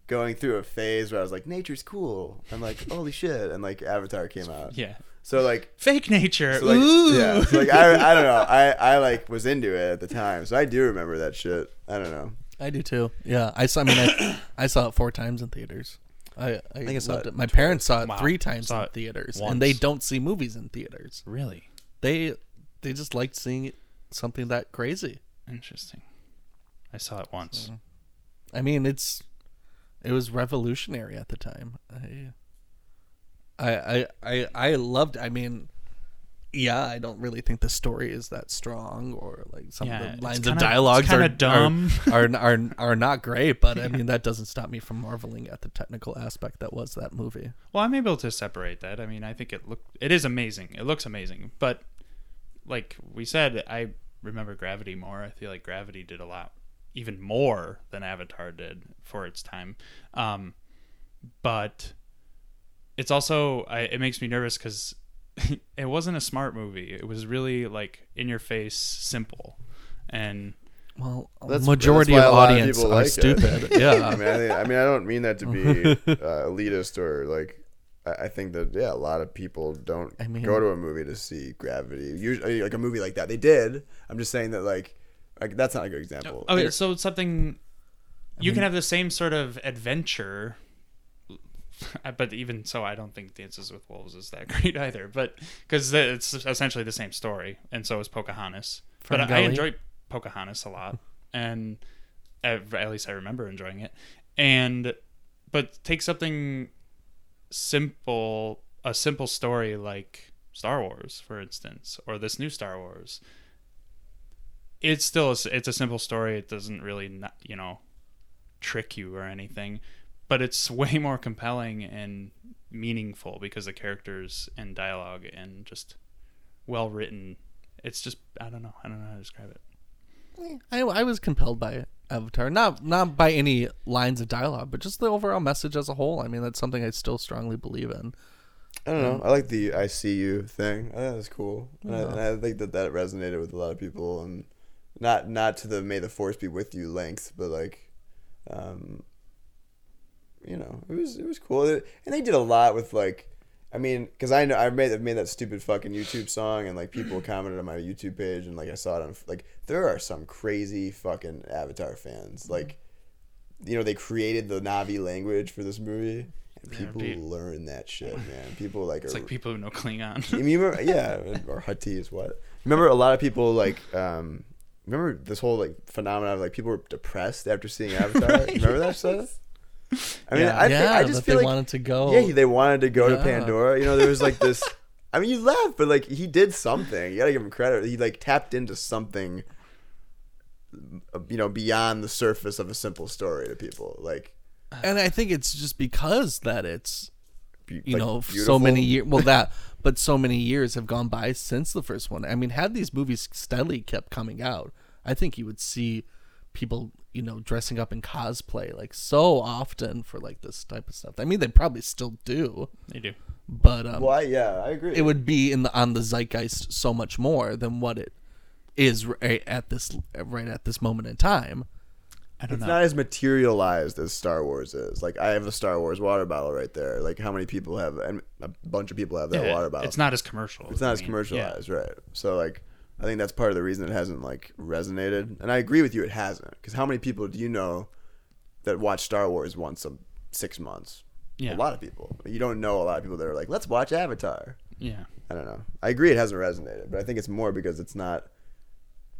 Speaker 3: going through a phase where I was like nature's cool and like holy shit and like
Speaker 2: (laughs)
Speaker 3: Avatar came out.
Speaker 2: yeah.
Speaker 3: So like
Speaker 2: Fake nature.
Speaker 3: so (laughs) like,
Speaker 2: Ooh.
Speaker 3: yeah. So like I, I don't know. I, I like was into it at the time, so I do remember that shit. I don't know.
Speaker 4: I do too. Yeah, I saw. I mean, I, (coughs) I saw it four times in theaters. I, I,
Speaker 3: think I saw
Speaker 4: loved
Speaker 3: it
Speaker 4: it. My parents saw it
Speaker 2: Wow.
Speaker 4: three times
Speaker 2: Saw
Speaker 4: in
Speaker 2: it
Speaker 4: theaters,
Speaker 2: once.
Speaker 4: and they don't see movies in theaters.
Speaker 2: Really
Speaker 4: They they just liked seeing it, something that crazy.
Speaker 2: interesting. I saw it once.
Speaker 4: I mean, it's it was revolutionary at the time. I I I I, I loved. I mean. Yeah, I don't really think the story is that strong, or like some
Speaker 2: Yeah,
Speaker 4: of
Speaker 2: it's
Speaker 4: the lines
Speaker 2: kinda-
Speaker 4: of
Speaker 2: it's
Speaker 4: dialogues
Speaker 2: kinda
Speaker 4: are,
Speaker 2: dumb.
Speaker 4: (laughs) Are, are are are not great. But I mean, that doesn't stop me from marveling at the technical aspect that was that movie.
Speaker 2: Well, I'm able to separate that. I mean, I think it looked it is amazing. It looks amazing, but like we said, I remember Gravity more. I feel like Gravity did a lot even more than Avatar did for its time. Um but it's also I, it makes me nervous cuz (laughs) it wasn't a smart movie. It was really like in your face, simple. And
Speaker 4: Well,
Speaker 3: That's-
Speaker 4: majority
Speaker 3: that's why
Speaker 4: of
Speaker 3: a lot of
Speaker 4: audience
Speaker 3: people
Speaker 4: are
Speaker 3: like it. (laughs)
Speaker 4: stupid.
Speaker 3: I
Speaker 4: yeah,
Speaker 3: mean, I, think- I mean, I don't mean that to
Speaker 4: (laughs)
Speaker 3: be uh, elitist or like. I I think that yeah, a lot of people don't
Speaker 4: I mean-
Speaker 3: go to a movie to see Gravity. Usually, like a movie like that, they did. I'm just saying that like, like that's not a good example.
Speaker 2: Oh, okay, so something you can have the same sort of adventure, (laughs) but even so, I don't think Dances with Wolves is that (laughs) great either. But because it's essentially the same story, and so is Pocahontas. but I, I
Speaker 4: Ferngully.
Speaker 2: enjoy Pocahontas a lot, and at, at least I remember enjoying it. And but take something simple, a simple story like Star Wars, for instance, or this new Star Wars it's still a, s- it's a simple story. It doesn't really not, you know trick you or anything, but it's (laughs) way more compelling and meaningful because the characters and dialogue and just well written. It's just I don't know. I don't know how to describe it.
Speaker 4: I, I was compelled by Avatar, not not by any lines of dialogue, but just the overall message as a whole. I mean, that's something I still strongly believe in.
Speaker 3: I don't know. I like the "I see you" thing. I think that's cool, and, I, and I think that that resonated with a lot of people. And not not to the "May the Force be with you" length, but like, um, you know, it was it was cool. And they did a lot with like, I mean, because I know I made I made that stupid fucking YouTube song, and like
Speaker 2: (clears throat)
Speaker 3: people commented on my YouTube page, and like I saw it on like there are some crazy fucking Avatar fans like. You know they created the Navi language for this movie, and people
Speaker 2: dude.
Speaker 3: learn
Speaker 2: (laughs)
Speaker 3: that shit, man. People like
Speaker 2: It's
Speaker 3: are,
Speaker 2: like people who know (laughs)
Speaker 3: I
Speaker 2: Klingon.
Speaker 3: mean, you remember, yeah, or Hutti is what. Remember, a lot of people like um, remember this whole like phenomenon of like people were depressed after seeing Avatar. Remember that stuff? I mean, I, think-
Speaker 4: Yeah,
Speaker 3: I just
Speaker 4: that
Speaker 3: feel like
Speaker 4: they wanted to go.
Speaker 3: Yeah, they wanted to go to
Speaker 4: Yeah.
Speaker 3: Pandora. You know, there was like
Speaker 4: (laughs)
Speaker 3: this. I mean, you laugh, but like he did something. You gotta give him credit. He like tapped into something, uh, you know, beyond the surface of a simple story to people. Like,
Speaker 4: And I think it's just because that it's
Speaker 3: be-
Speaker 4: you
Speaker 3: like,
Speaker 4: know so
Speaker 3: beautiful.
Speaker 4: many years. Well, that but so many years have gone by since the first one. I mean, had these movies steadily kept coming out, I think you would see people you know dressing up in cosplay like so often for like this type of stuff. I mean, they probably still do,
Speaker 2: they do.
Speaker 4: but um,
Speaker 3: Well, I, yeah, I agree.
Speaker 4: it would be in the on the zeitgeist so much more than what it is right at this right at this moment in time.
Speaker 2: I don't
Speaker 3: It's
Speaker 2: know.
Speaker 3: not as materialized as Star Wars is. Like I have a Star Wars water bottle right there. Like how many people have? And a bunch of people have that
Speaker 2: Yeah,
Speaker 3: water bottle.
Speaker 2: It's not as commercial.
Speaker 3: It's not as commercialized, right? So like, I think that's part of the reason it hasn't like resonated. And I agree with you, it hasn't. Because how many people do you know that watch Star Wars once a six months?
Speaker 2: Yeah.
Speaker 3: A lot of people. You don't know a lot of people that are like, let's watch Avatar.
Speaker 2: Yeah.
Speaker 3: I don't know. I agree it hasn't resonated, but I think it's more because it's not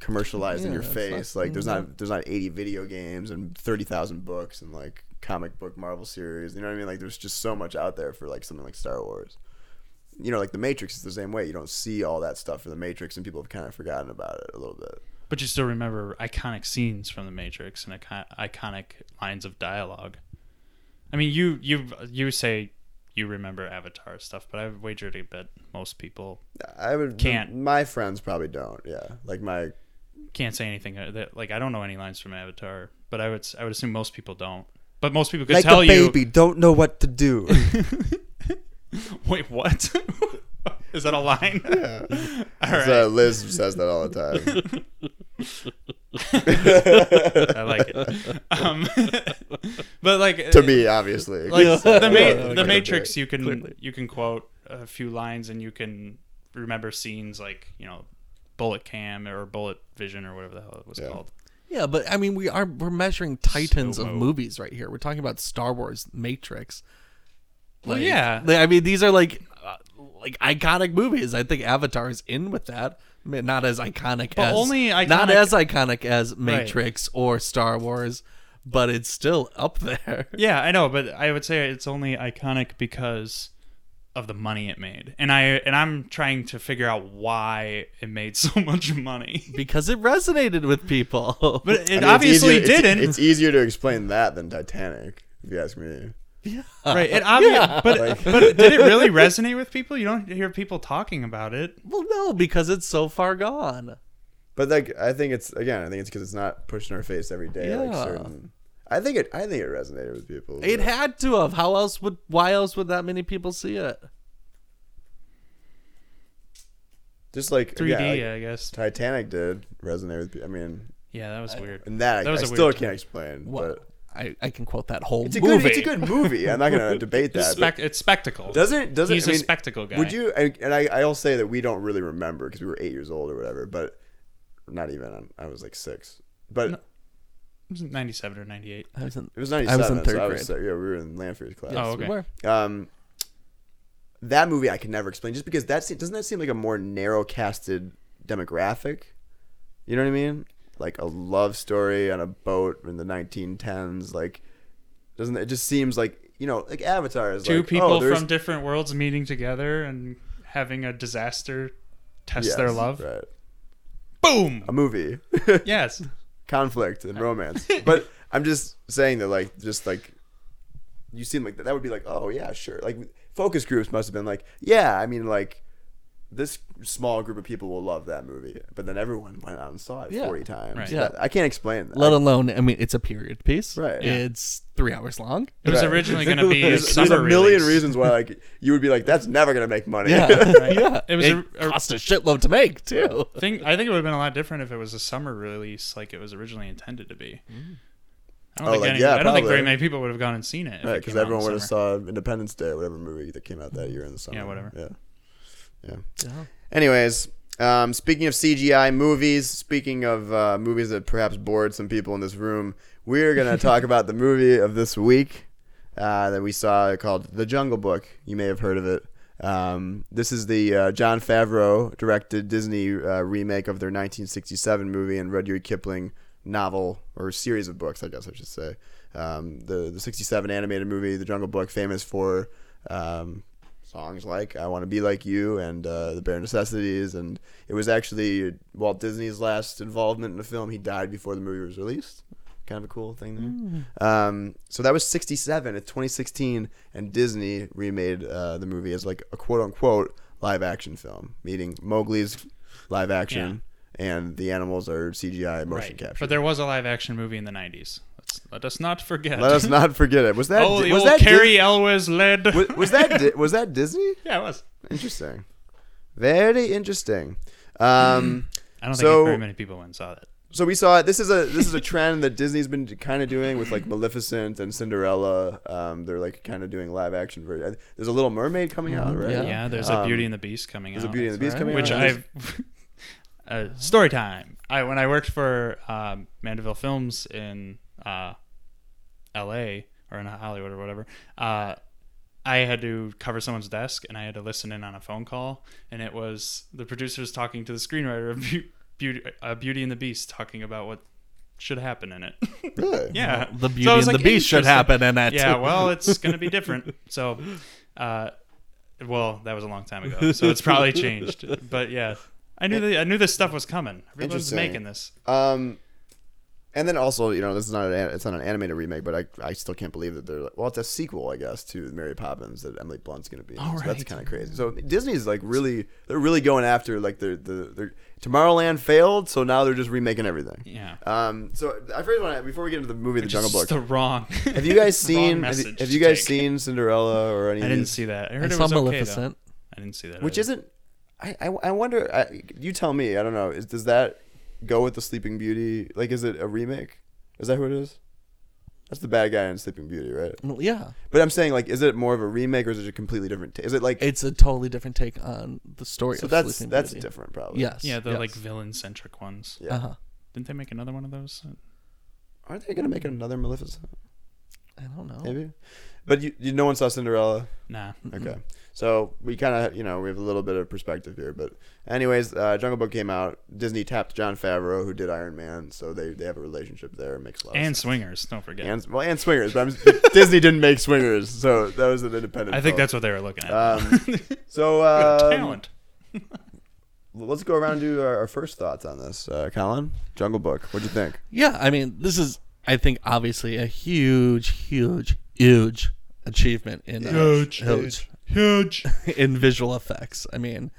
Speaker 3: commercialized in
Speaker 4: Yeah,
Speaker 3: your
Speaker 4: it's
Speaker 3: face. like there's not there's not 80 video games and 30,000 books and like comic book Marvel series. You know what I mean? Like there's just so much out there for like something like Star Wars. You know, like The Matrix is the same way. You don't see all that stuff for The Matrix, and people have kind of forgotten about it a little bit.
Speaker 2: But you still remember iconic scenes from The Matrix and icon- iconic lines of dialogue. I mean, you you you say you remember Avatar stuff, but I would wager to bet most people
Speaker 3: I would
Speaker 2: Can't.
Speaker 3: My friends probably don't. Yeah, like my
Speaker 2: can't say anything uh, that like I don't know any lines from Avatar, but I would s- I would assume most people don't. But most people could
Speaker 3: like
Speaker 2: tell
Speaker 3: the
Speaker 2: you.
Speaker 3: baby don't know what
Speaker 2: (laughs)
Speaker 3: to do.
Speaker 2: Wait, what? (laughs) Is that a line? Yeah. (laughs) All right.
Speaker 3: So Liz says that all the time.
Speaker 2: (laughs)
Speaker 3: (laughs)
Speaker 2: I like it. Um, (laughs) but like uh,
Speaker 3: to me, obviously. (laughs)
Speaker 2: like (laughs) the, ma-
Speaker 3: Yeah,
Speaker 2: the
Speaker 3: like,
Speaker 2: Matrix, you can
Speaker 4: Clearly.
Speaker 2: you can quote a few lines and you can remember scenes like you know bullet cam or bullet vision or whatever the hell it was called.
Speaker 4: Yeah, but I mean, we are we're measuring titans of
Speaker 2: Slow-mo.
Speaker 4: movies right here. We're talking about Star Wars, Matrix.
Speaker 2: Well, yeah.
Speaker 4: They- I mean, these are like uh, like iconic movies. I think Avatar is in with that. I mean, not as iconic
Speaker 2: But
Speaker 4: as
Speaker 2: only
Speaker 4: not
Speaker 2: iconic-
Speaker 4: as iconic as Matrix or Star Wars, but it's still up there.
Speaker 2: Yeah, I know, but I would say it's only iconic because of the money it made, and I and I'm trying to figure out why it made (laughs) so much money.
Speaker 4: (laughs) Because it resonated with people.
Speaker 2: But it
Speaker 3: I mean, it's
Speaker 2: obviously
Speaker 3: easier- it's- e-
Speaker 2: didn't.
Speaker 3: It's, easier to explain that than Titanic, if you ask me.
Speaker 2: right?
Speaker 3: (laughs)
Speaker 2: It obviously, but but did it really resonate with people? You don't hear people talking about it.
Speaker 4: (laughs) well, no, because it's so far gone.
Speaker 3: But like, I think it's again, I think it's because it's not pushed in our face every day. Like
Speaker 4: Yeah.
Speaker 3: certain. I think it. I think it resonated with people.
Speaker 4: It had to have. How else would? Why else would that many people see it?
Speaker 3: just like
Speaker 2: 3D,
Speaker 3: again, like
Speaker 2: I guess.
Speaker 3: Titanic did resonate with. people. I mean,
Speaker 2: Yeah, that was weird.
Speaker 3: and that,
Speaker 2: That
Speaker 3: I,
Speaker 2: was
Speaker 3: I
Speaker 2: a
Speaker 3: still
Speaker 2: weird-
Speaker 3: can't explain.
Speaker 4: Well,
Speaker 3: But
Speaker 4: I, I can quote that whole
Speaker 3: it's a
Speaker 4: movie.
Speaker 3: good. It's a good movie. I'm not
Speaker 2: (laughs)
Speaker 3: gonna debate that.
Speaker 2: It's,
Speaker 3: but-
Speaker 2: spec- it's spectacle.
Speaker 3: Doesn't doesn't
Speaker 2: He's
Speaker 3: I
Speaker 2: a
Speaker 3: mean,
Speaker 2: spectacle guy.
Speaker 3: Would you? And, and I I'll say that we don't really remember because we were eight years old or whatever. But not even. I was like six. But
Speaker 2: It was 97 or 98.
Speaker 4: I was in,
Speaker 3: it was
Speaker 4: I was in
Speaker 3: ninety-seven.
Speaker 4: third
Speaker 3: so I
Speaker 4: grade.
Speaker 3: was, yeah, we were in Lanfear's class.
Speaker 2: Oh, okay.
Speaker 4: Where?
Speaker 3: Um, that movie I can never explain just because that se- doesn't that seem like a more narrow casted demographic. You know what I mean? Like a love story on a boat in the 1910s. Like, doesn't it just seems like you know like Avatar is
Speaker 2: Two
Speaker 3: like,
Speaker 2: people
Speaker 3: oh, there's-
Speaker 2: from different worlds meeting together and having a disaster test
Speaker 3: Yes,
Speaker 2: their love.
Speaker 3: right.
Speaker 2: Boom! (laughs)
Speaker 3: A movie. (laughs)
Speaker 2: Yes. (laughs)
Speaker 3: conflict and romance. but I'm just saying that, like, just like you seem like that, that would be like, oh yeah, sure. Like focus groups must have been like, yeah, I mean, like this small group of people will love that movie, but then everyone went out and saw it
Speaker 4: Yeah.
Speaker 3: 40 times.
Speaker 2: Right.
Speaker 3: That- I can't explain that.
Speaker 4: Let alone, I mean, it's a period piece.
Speaker 3: Right. Yeah.
Speaker 4: It's three hours long.
Speaker 2: It was
Speaker 3: Right.
Speaker 2: originally
Speaker 3: (laughs)
Speaker 2: going to be a
Speaker 3: there's, there's
Speaker 2: summer
Speaker 3: a million
Speaker 2: release.
Speaker 3: reasons why, like, you would be like, that's never gonna make (laughs) money.
Speaker 4: (laughs) Yeah. yeah.
Speaker 2: It was
Speaker 4: It
Speaker 2: a, a
Speaker 4: cost a shitload to make, too.
Speaker 2: thing. I think it would have been a lot different if it was a summer release like it was originally intended to be. I don't,
Speaker 3: Oh,
Speaker 2: think,
Speaker 3: like,
Speaker 2: any,
Speaker 3: yeah,
Speaker 2: I don't think very
Speaker 3: probably.
Speaker 2: many people would have gone and seen it. if
Speaker 3: Right,
Speaker 2: it
Speaker 3: because
Speaker 2: came out in
Speaker 3: everyone would have
Speaker 2: summer.
Speaker 3: saw Independence Day, or whatever movie that came out that year in the summer.
Speaker 2: Yeah, whatever.
Speaker 3: Yeah, yeah. Anyways, um, speaking of CGI movies, speaking of uh, movies that perhaps bored some people in this room, we're gonna talk about the movie of this week uh, that we saw called The Jungle Book. You may have heard of it. Um, this is the uh, John Favreau directed Disney uh, remake of their 1967 movie and Rudyard Kipling novel or series of books, I guess I should say. Um, the the 67 animated movie, The Jungle Book, famous for um, songs like "I Want to Be Like You" and uh, "The Bare Necessities," and it was actually Walt Disney's last involvement in a film. He died before the movie was released. Kind of a cool thing
Speaker 2: Mm.
Speaker 3: there. Um, so that was '67. It's 2016, and Disney remade uh, the movie as like a quote-unquote live-action film, meaning Mowgli's live-action. And the animals are CGI motion
Speaker 2: Right.
Speaker 3: capture.
Speaker 2: But there was a live action movie in the 90s. Let's, let us not forget. (laughs)
Speaker 3: Let us not forget it. Was that
Speaker 2: oh, the
Speaker 3: was
Speaker 2: old
Speaker 3: that
Speaker 2: Carrie Elwes led.
Speaker 3: Di- was,
Speaker 2: (laughs)
Speaker 3: was that Di- was that Disney?
Speaker 2: yeah, it was.
Speaker 3: Interesting. Very interesting. Um,
Speaker 2: I don't
Speaker 3: So-
Speaker 2: think very many people went and saw that.
Speaker 3: so we saw this is a this is a trend that Disney's been kind of doing with like Maleficent and Cinderella. Um, they're like kind of doing live action version. There's a Little Mermaid coming out, right?
Speaker 4: Mm-hmm. Yeah.
Speaker 2: Yeah, there's a
Speaker 3: Um,
Speaker 2: Beauty and the Beast coming
Speaker 3: There's a
Speaker 2: out.
Speaker 3: Beauty and the Beast
Speaker 4: right.
Speaker 3: coming
Speaker 2: which
Speaker 3: out.
Speaker 2: I've (laughs) uh, story time. I when I worked for um, Mandeville Films in uh, L.A. or in Hollywood or whatever, uh, I had to cover someone's desk and I had to listen in on a phone call, and it was the producers talking to the screenwriter of Beau- Beauty, uh, Beauty and the Beast talking about what should happen in it.
Speaker 3: Really?
Speaker 2: yeah,
Speaker 4: The Beauty
Speaker 2: I was
Speaker 4: and the Beast should
Speaker 2: interesting.
Speaker 4: happen in that,
Speaker 2: Yeah,
Speaker 4: too. (laughs)
Speaker 2: well, it's gonna be different. So, uh, well, that was a long time ago, so it's probably changed. But yeah, I knew the, I knew this stuff was coming. Everyone's
Speaker 3: Interesting.
Speaker 2: making this.
Speaker 3: Um, and then also, you know, this is not an, it's not an animated remake, but I, I still can't believe that they're like, well, it's a sequel, I guess, to Mary Poppins that Emily Blunt's gonna be. in. so that's
Speaker 2: Oh, right.
Speaker 3: kind of crazy. So Disney's like really, they're really going after like their the their Tomorrowland failed, so now they're just remaking everything.
Speaker 2: Yeah.
Speaker 3: Um, so I first want to before we get into the movie, The Jungle
Speaker 2: Just
Speaker 3: Book.
Speaker 2: the wrong.
Speaker 3: have you
Speaker 2: (laughs)
Speaker 3: guys
Speaker 2: wrong
Speaker 3: seen? Have you,
Speaker 2: message
Speaker 3: have you
Speaker 2: to
Speaker 3: guys
Speaker 2: take.
Speaker 3: seen Cinderella or any?
Speaker 2: I
Speaker 3: of
Speaker 2: didn't
Speaker 3: these?
Speaker 2: see that. I
Speaker 4: I
Speaker 2: heard it
Speaker 4: saw
Speaker 2: was okay,
Speaker 4: Maleficent.
Speaker 2: though. I didn't see that.
Speaker 3: Which
Speaker 2: either.
Speaker 3: isn't. I, I, I wonder. I, you tell me. I don't know. Is, does that go with the Sleeping Beauty? Like, is it a remake? Is that who it is? That's the bad guy in Sleeping Beauty, right?
Speaker 4: Yeah,
Speaker 3: But I'm saying, like, is it more of a remake or is it a completely different? T- is it like
Speaker 4: it's a totally different take on the story.
Speaker 3: so?
Speaker 4: of
Speaker 3: That's
Speaker 4: Sleeping
Speaker 3: that's
Speaker 4: Beauty.
Speaker 3: different, probably.
Speaker 4: Yes.
Speaker 2: Yeah, the
Speaker 4: yes.
Speaker 2: like villain centric ones.
Speaker 3: Yeah.
Speaker 4: Uh-huh.
Speaker 2: Didn't they make another one of those?
Speaker 3: Aren't they gonna make another Maleficent?
Speaker 4: Oh. I don't know.
Speaker 3: Maybe. But you, you no one saw Cinderella.
Speaker 2: Nah.
Speaker 3: Okay. So we kind of, you know, we have a little bit of perspective here. But, anyways, uh, Jungle Book came out. Disney tapped John Favreau, who did Iron Man. So they, they have a relationship there. It makes a lot
Speaker 2: And
Speaker 3: of sense.
Speaker 2: swingers, don't forget.
Speaker 3: And, well, and Swingers. But I'm, (laughs) Disney didn't make Swingers. So that was an independent.
Speaker 2: I think
Speaker 3: film.
Speaker 2: that's what they were looking at.
Speaker 3: Um, so uh,
Speaker 2: (laughs) Talent.
Speaker 3: let's go around and do our, our first thoughts on this. Uh, Colin, Jungle Book. What'd you think?
Speaker 4: Yeah, I mean, this is, I think, obviously a huge, huge, huge achievement in uh,
Speaker 2: Huge.
Speaker 4: huge,
Speaker 2: Huge.
Speaker 4: (laughs) in visual effects. I mean,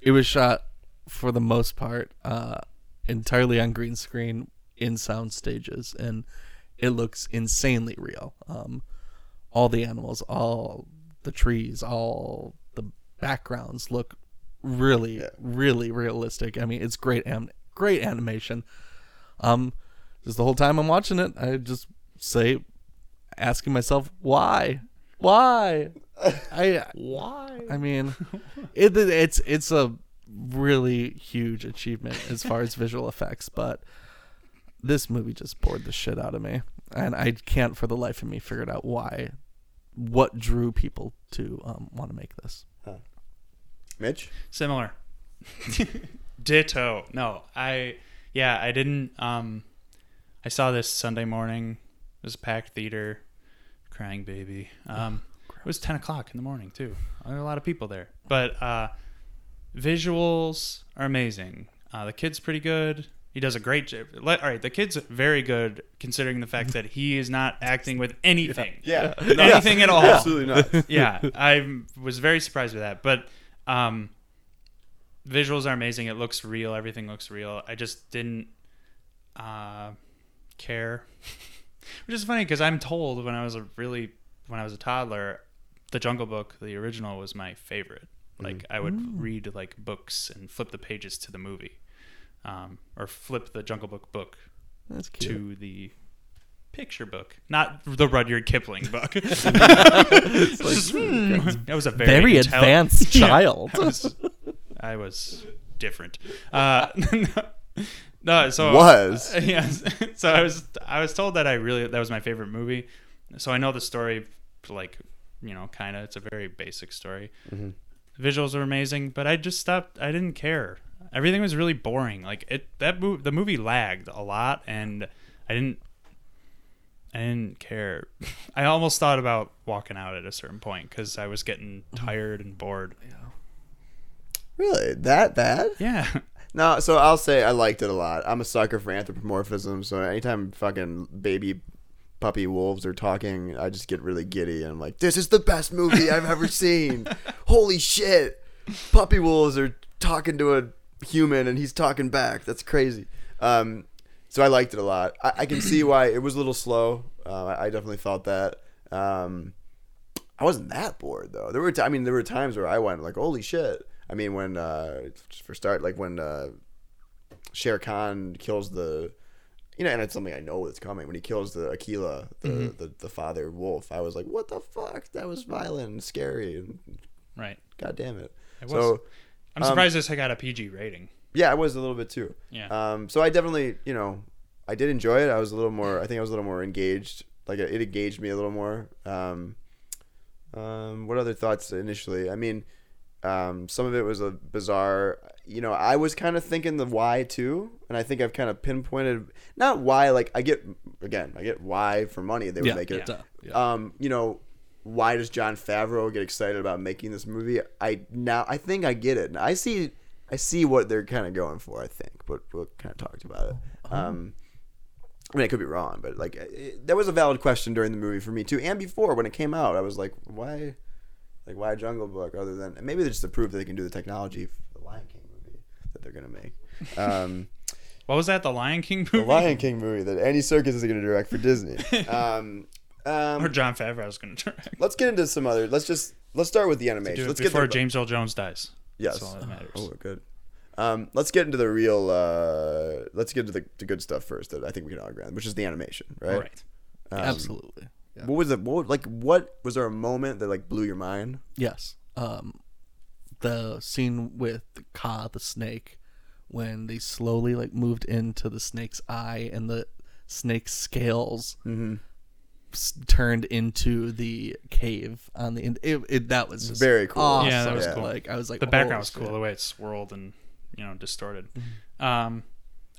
Speaker 4: it was shot for the most part uh, entirely on green screen in sound stages, and it looks insanely real. Um, all the animals, all the trees, all the backgrounds look really, really realistic. I mean, it's great, am- great animation. Um, just the whole time I'm watching it, I just say, asking myself, why, why, I why? I mean, it, it's it's a really huge achievement as far as visual effects, but this movie just bored the shit out of me, and I can't for the life of me figure it out why, what drew people to um, want to make this.
Speaker 3: Mitch?
Speaker 2: (laughs) Similar. Ditto. No, I. Yeah, I didn't. Um, I saw this Sunday morning. It was a packed theater. Crying baby. Um, it was ten o'clock in the morning too. There were a lot of people there, but uh, visuals are amazing. Uh, the kid's pretty good. He does a great job. All right, the kid's very good considering the (laughs) fact that he is not acting with anything.
Speaker 3: Yeah.
Speaker 2: anything at all.
Speaker 3: Absolutely
Speaker 2: (laughs)
Speaker 3: not.
Speaker 2: yeah, I was very surprised with that. But um, visuals are amazing. It looks real. Everything looks real. I just didn't uh, care, (laughs) which is funny because I'm told when I was a really when I was a toddler, The Jungle Book, the original, was my favorite. Like I would read like books and flip the pages to the movie, um, or flip the Jungle Book book
Speaker 4: That's cute.
Speaker 2: to the picture book, not the Rudyard Kipling book. Just, hmm, that was a very,
Speaker 4: Very
Speaker 2: intelli-
Speaker 4: advanced
Speaker 2: (laughs) Yeah,
Speaker 4: child.
Speaker 2: I was, I was different. Uh, (laughs) no, so
Speaker 3: Was.
Speaker 2: uh, (laughs) yes. So I was I was told that I really that was my favorite movie. So I know the story, like you know, kind of. It's a very basic story. Visuals are amazing, but I just stopped. I didn't care. Everything was really boring. Like it that mov- the movie lagged a lot, and I didn't. I didn't care. (laughs) I almost thought about walking out at a certain point because I was getting tired and bored.
Speaker 3: Really? That bad?
Speaker 2: Yeah. (laughs)
Speaker 3: No, so I'll say I liked it a lot. I'm a sucker for anthropomorphism, so anytime fucking baby puppy wolves are talking, I just get really giddy and I'm like, this is the best movie I've ever seen. Holy shit. Puppy wolves are talking to a human and he's talking back. That's crazy. Um, so I liked it a lot. I, I can see why it was a little slow. Uh, I, I definitely felt that. Um, I wasn't that bored though. There were, t- I mean, there were times where I went like, "Holy shit!" I mean, when uh, just for start, like when uh, Shere Khan kills the, you know, and it's something I know that's coming. When he kills the Aquila, the,
Speaker 2: Mm-hmm.
Speaker 3: the the father wolf, I was like, "What the fuck? That was violent and scary." And
Speaker 2: Right.
Speaker 3: God damn it!
Speaker 2: It was.
Speaker 3: So
Speaker 2: I'm surprised this got a PG rating.
Speaker 3: yeah, I was a little bit too.
Speaker 2: Yeah.
Speaker 3: Um. So I definitely, you know, I did enjoy it. I was a little more. I think I was a little more engaged. Like it engaged me a little more. Um. Um. What other thoughts initially? I mean, Um, some of it was a bizarre. You know, I was kind of thinking the why too, and I think I've kind of pinpointed not why. Like I get again, I get why for money they would
Speaker 4: Yeah,
Speaker 3: make it.
Speaker 4: yeah, duh,
Speaker 3: Um, you know, why does John Favreau get excited about making this movie? I now I think I get it. I see, I see what they're kind of going for. I think, but we kind of talked about it.
Speaker 4: Uh-huh.
Speaker 3: Um, I mean, I could be wrong, but like it, that was a valid question during the movie for me too, and before when it came out, I was like, why, like why Jungle Book other than and maybe just to prove that they can do the technology for the Lion King movie that they're gonna make. Um,
Speaker 2: What was that? The Lion King movie
Speaker 3: (laughs) the Lion King movie that Andy Serkis is gonna direct for (laughs) Disney. Um, um,
Speaker 2: or John Favreau was (laughs) going to direct?
Speaker 3: let's get into some other. Let's just let's start with the
Speaker 2: Do
Speaker 3: animation.
Speaker 2: it
Speaker 3: Let's
Speaker 2: before
Speaker 3: get the,
Speaker 2: James L. Jones dies.
Speaker 3: Yes.
Speaker 2: That's all that matters.
Speaker 3: Oh, we're good. Um, let's get into the real. Uh, let's get to the, the good stuff first that I think we can all agree on, which is the animation, right?
Speaker 2: right. um,
Speaker 4: Absolutely.
Speaker 3: What was it? What was- like what was there a moment that like blew your mind?
Speaker 4: Yes. Um, the scene with Ka the snake, when they slowly like moved into the snake's eye and the snake's scales
Speaker 3: Mm-hmm.
Speaker 4: s- turned into the cave on the end. It, it that was just
Speaker 3: Very cool.
Speaker 4: Awesome.
Speaker 2: Yeah, that was cool.
Speaker 4: Like I was like
Speaker 2: The
Speaker 4: oh, "Holy
Speaker 2: background was
Speaker 4: shit."
Speaker 2: cool, the way it swirled and you know distorted. Um,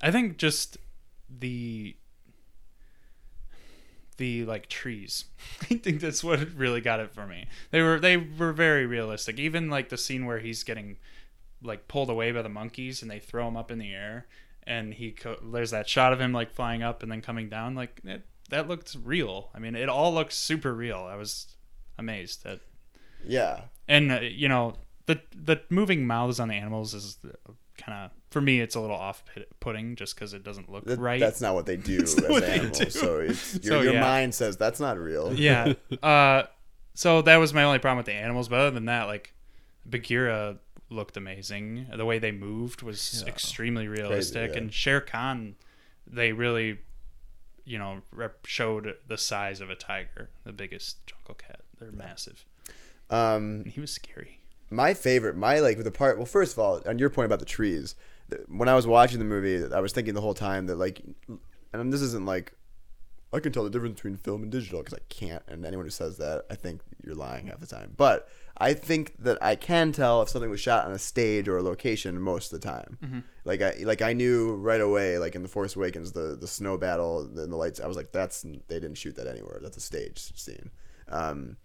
Speaker 2: I think just the the like trees. (laughs) I think that's what really got it for me. They were they were very realistic. Even like the scene where he's getting like pulled away by the monkeys and they throw him up in the air and he co- there's that shot of him like flying up and then coming down like it, that looked real. I mean, it all looked super real. I was amazed at
Speaker 3: Yeah.
Speaker 2: and uh, you know the the moving mouths on the animals is kind of for me it's a little off putting just because it doesn't look
Speaker 3: That-
Speaker 2: right
Speaker 3: That's not what
Speaker 2: (laughs)
Speaker 3: they do as
Speaker 2: what they
Speaker 3: animals.
Speaker 2: do.
Speaker 3: So it's, your,
Speaker 2: So,
Speaker 3: your
Speaker 2: yeah.
Speaker 3: mind says that's not real. (laughs)
Speaker 2: yeah uh so that was my only problem with the animals but other than that like bagheera looked amazing the way they moved was extremely realistic
Speaker 3: yeah.
Speaker 2: and shere khan they really you know rep- showed the size of a tiger the biggest jungle cat they're massive
Speaker 3: Um,
Speaker 2: and he was scary
Speaker 3: my favorite, my like the part. Well, first of all, on your point about the trees, th- when I was watching the movie, I was thinking the whole time that like, and this isn't like, I can tell the difference between film and digital because I can't. And anyone who says that, I think you're lying half the time. But I think that I can tell if something was shot on a stage or a location most of the time. Like I like I knew right away. Like in the Force Awakens, the the snow battle and the lights. I was like, that's they didn't shoot that anywhere. That's a stage scene. Um,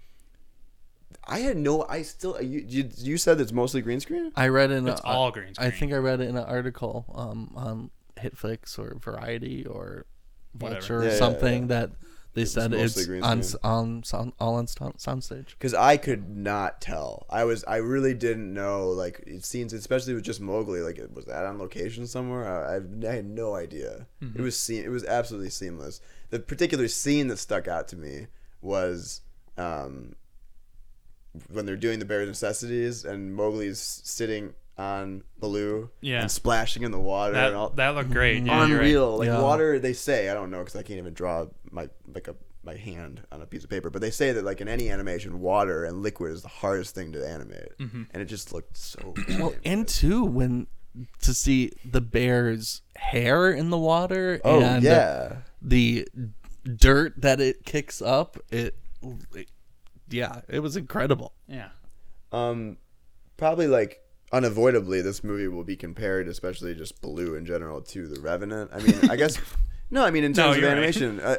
Speaker 3: I had no. I still. uh, You, you, you said it's mostly green screen.
Speaker 4: I read in
Speaker 2: It's
Speaker 4: a,
Speaker 2: all green
Speaker 4: I
Speaker 2: screen.
Speaker 4: think I read it in an article um, on Hitflix or Variety or
Speaker 2: Whatever.
Speaker 4: Vulture
Speaker 3: Yeah,
Speaker 4: or
Speaker 3: yeah,
Speaker 4: something that they said
Speaker 3: mostly
Speaker 4: it's
Speaker 3: green
Speaker 4: on s-
Speaker 3: screen.
Speaker 4: on sound, all on sound, soundstage.
Speaker 3: Because I could not tell. I was. I really didn't know. Like it seems, especially with just Mowgli. Like it was that on location somewhere. I, I, I had no idea.
Speaker 2: Mm-hmm.
Speaker 3: It was. Se- it was absolutely seamless. The particular scene that stuck out to me was. Um, when they're doing the bear's necessities and Mowgli's sitting on Baloo
Speaker 2: Yeah.
Speaker 3: and splashing in the water
Speaker 2: that,
Speaker 3: and all
Speaker 2: that looked great yeah, you're right.
Speaker 3: unreal. Like
Speaker 4: Yeah.
Speaker 3: water, they say I don't know because I can't even draw my like a my hand on a piece of paper, but they say that like in any animation, water and liquid is the hardest thing to animate, and it just looked so.
Speaker 4: Well,
Speaker 3: good.
Speaker 4: and two when to see the bear's hair in the water
Speaker 3: oh
Speaker 4: and
Speaker 3: yeah,
Speaker 4: the dirt that it kicks up, it, it yeah, it was incredible.
Speaker 2: yeah
Speaker 3: um, probably like unavoidably, this movie will be compared, especially just Blue in general, to The Revenant. I mean, I
Speaker 2: (laughs)
Speaker 3: guess no, I mean in terms of
Speaker 2: you're right.
Speaker 3: animation, uh,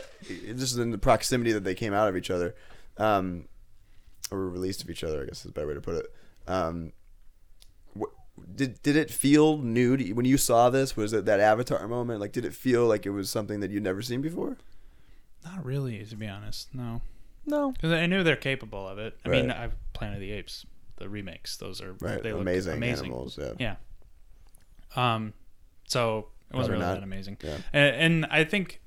Speaker 3: just in the proximity that they came out of each other, um, or were released of each other. I guess is a better way to put it. Um, wh- did did it feel new to you- when you saw this? Was it that Avatar moment? Like, did it feel like it was something that you'd never seen before?
Speaker 2: Not really, to be honest. No,
Speaker 4: No,
Speaker 2: because I knew they're capable of it. I mean,
Speaker 3: Right.
Speaker 2: I've Planet of the Apes, the remakes. Those are
Speaker 3: Right,
Speaker 2: They look
Speaker 3: amazing,
Speaker 2: amazing.
Speaker 3: animals. Yeah.
Speaker 2: Yeah. Um. So it wasn't
Speaker 3: Probably
Speaker 2: really
Speaker 3: not.
Speaker 2: that amazing.
Speaker 3: Yeah.
Speaker 2: A- And, I think,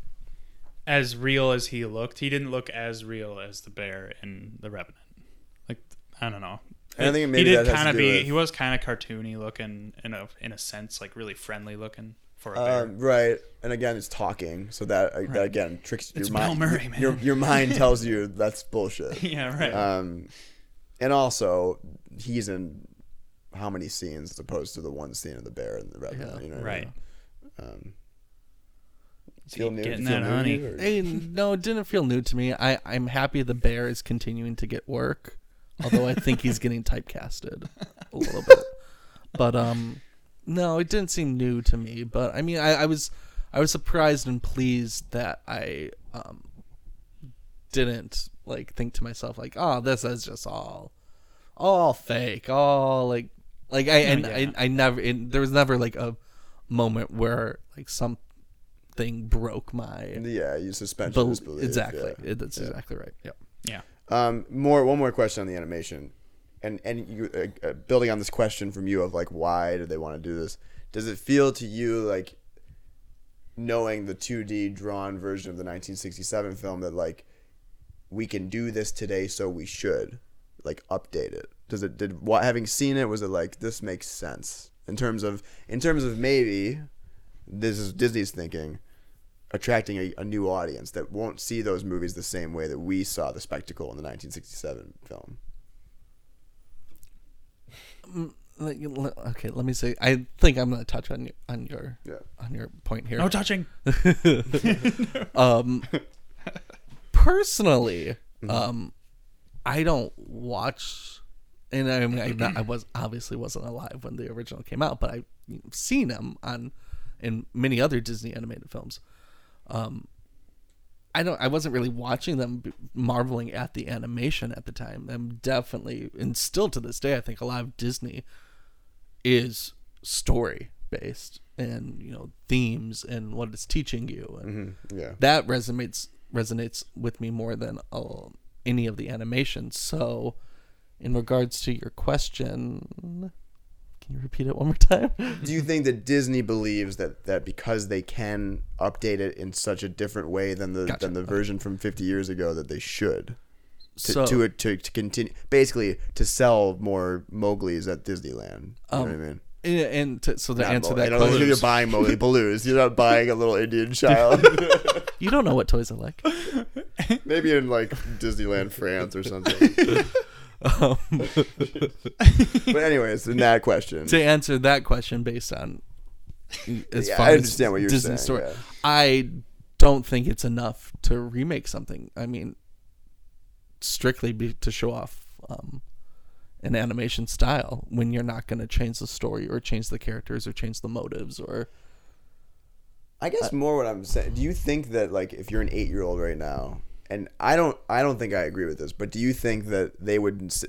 Speaker 2: as real as he looked, he didn't look as real as the bear in the Revenant. Like I don't know.
Speaker 3: And I think
Speaker 2: he
Speaker 3: maybe
Speaker 2: did
Speaker 3: that has to
Speaker 2: kind of
Speaker 3: do
Speaker 2: be.
Speaker 3: with-
Speaker 2: He was kind of cartoony looking, in a in a sense, like really friendly looking for a bear. (laughs)
Speaker 3: Um, right, and again, it's talking, so that, that again tricks your
Speaker 2: It's
Speaker 3: mind.
Speaker 2: Bill Murray,
Speaker 3: Your
Speaker 2: man.
Speaker 3: your
Speaker 2: (laughs)
Speaker 3: mind tells you that's bullshit.
Speaker 2: yeah. Right.
Speaker 3: Um, and also he's in how many scenes as opposed to the one scene of the bear and the red one, you know what I
Speaker 2: right.
Speaker 3: mean? Um,
Speaker 2: Is he
Speaker 3: feel new,
Speaker 2: getting
Speaker 3: feel
Speaker 2: that honey.
Speaker 3: new to
Speaker 4: (laughs)
Speaker 3: you, or-
Speaker 4: Hey, no, it didn't feel new to me. I, I'm happy the bear is continuing to get work. although I think he's getting typecasted a little bit. But um, no, it didn't seem new to me. But I mean, I, I was I was surprised and pleased that I um, didn't like think to myself like, oh, this is just all all fake, all like like I and I, I never and there was never like a moment where like something broke my
Speaker 3: Yeah, you suspend
Speaker 4: bel-
Speaker 3: disbelief.
Speaker 4: exactly.
Speaker 3: yeah.
Speaker 4: It- that's exactly right. Yep.
Speaker 2: Yeah.
Speaker 3: Um, more one more question on the animation, and and you, uh, uh, building on this question from you of like why do they want to do this? Does it feel to you like knowing the 2D drawn version of the 1967 film that like we can do this today, so we should like update it? Does it did what having seen it was it like this makes sense in terms of in terms of maybe this is Disney's thinking attracting a, a new audience that won't see those movies the same way that we saw the spectacle in the 1967 film.
Speaker 4: Let you- le- okay let me say i think i'm gonna touch on your on your
Speaker 3: Yeah.
Speaker 4: on your point here
Speaker 2: No touching.
Speaker 4: personally um i don't watch and i mean I, not- I was obviously wasn't alive when the original came out but i've seen him on in many other disney animated films Um, I don't. I wasn't really watching them b- marveling at the animation at the time. I'm definitely, and still to this day, I think a lot of Disney is story based and you know themes and what it's teaching you, and
Speaker 3: yeah.
Speaker 4: that resonates resonates with me more than all, any of the animation. So, in regards to your question, can you repeat it one more time?
Speaker 3: Do you think that Disney believes that, that because they can update it in such a different way than the
Speaker 4: Gotcha.
Speaker 3: than the version from 50 years ago that they should to
Speaker 4: So-
Speaker 3: to, it to to continue basically to sell more Mowgli's at Disneyland. You know what I mean?
Speaker 4: And, and to, so Um, to
Speaker 3: Not
Speaker 4: answer
Speaker 3: Mowgli. I
Speaker 4: that
Speaker 3: don't think
Speaker 4: question,
Speaker 3: you're buying
Speaker 4: (laughs)
Speaker 3: Mowgli Baloo's. You're not buying a little Indian child.
Speaker 4: you don't know what toys I like.
Speaker 3: Maybe in like Disneyland France or something. but anyways, in that question.
Speaker 4: to answer that question
Speaker 3: (laughs)
Speaker 4: based on as
Speaker 3: Yeah,
Speaker 4: far
Speaker 3: I
Speaker 4: as
Speaker 3: understand what you're saying,
Speaker 4: Disney story.
Speaker 3: yeah.
Speaker 4: I don't think it's enough to remake something. I mean, strictly be, to show off um, an animation style when you're not going to change the story or change the characters or change the motives or
Speaker 3: I guess more what I'm saying. Do you think that like if you're an eight year old right now, and I don't, I don't think I agree with this, but do you think that they would, s-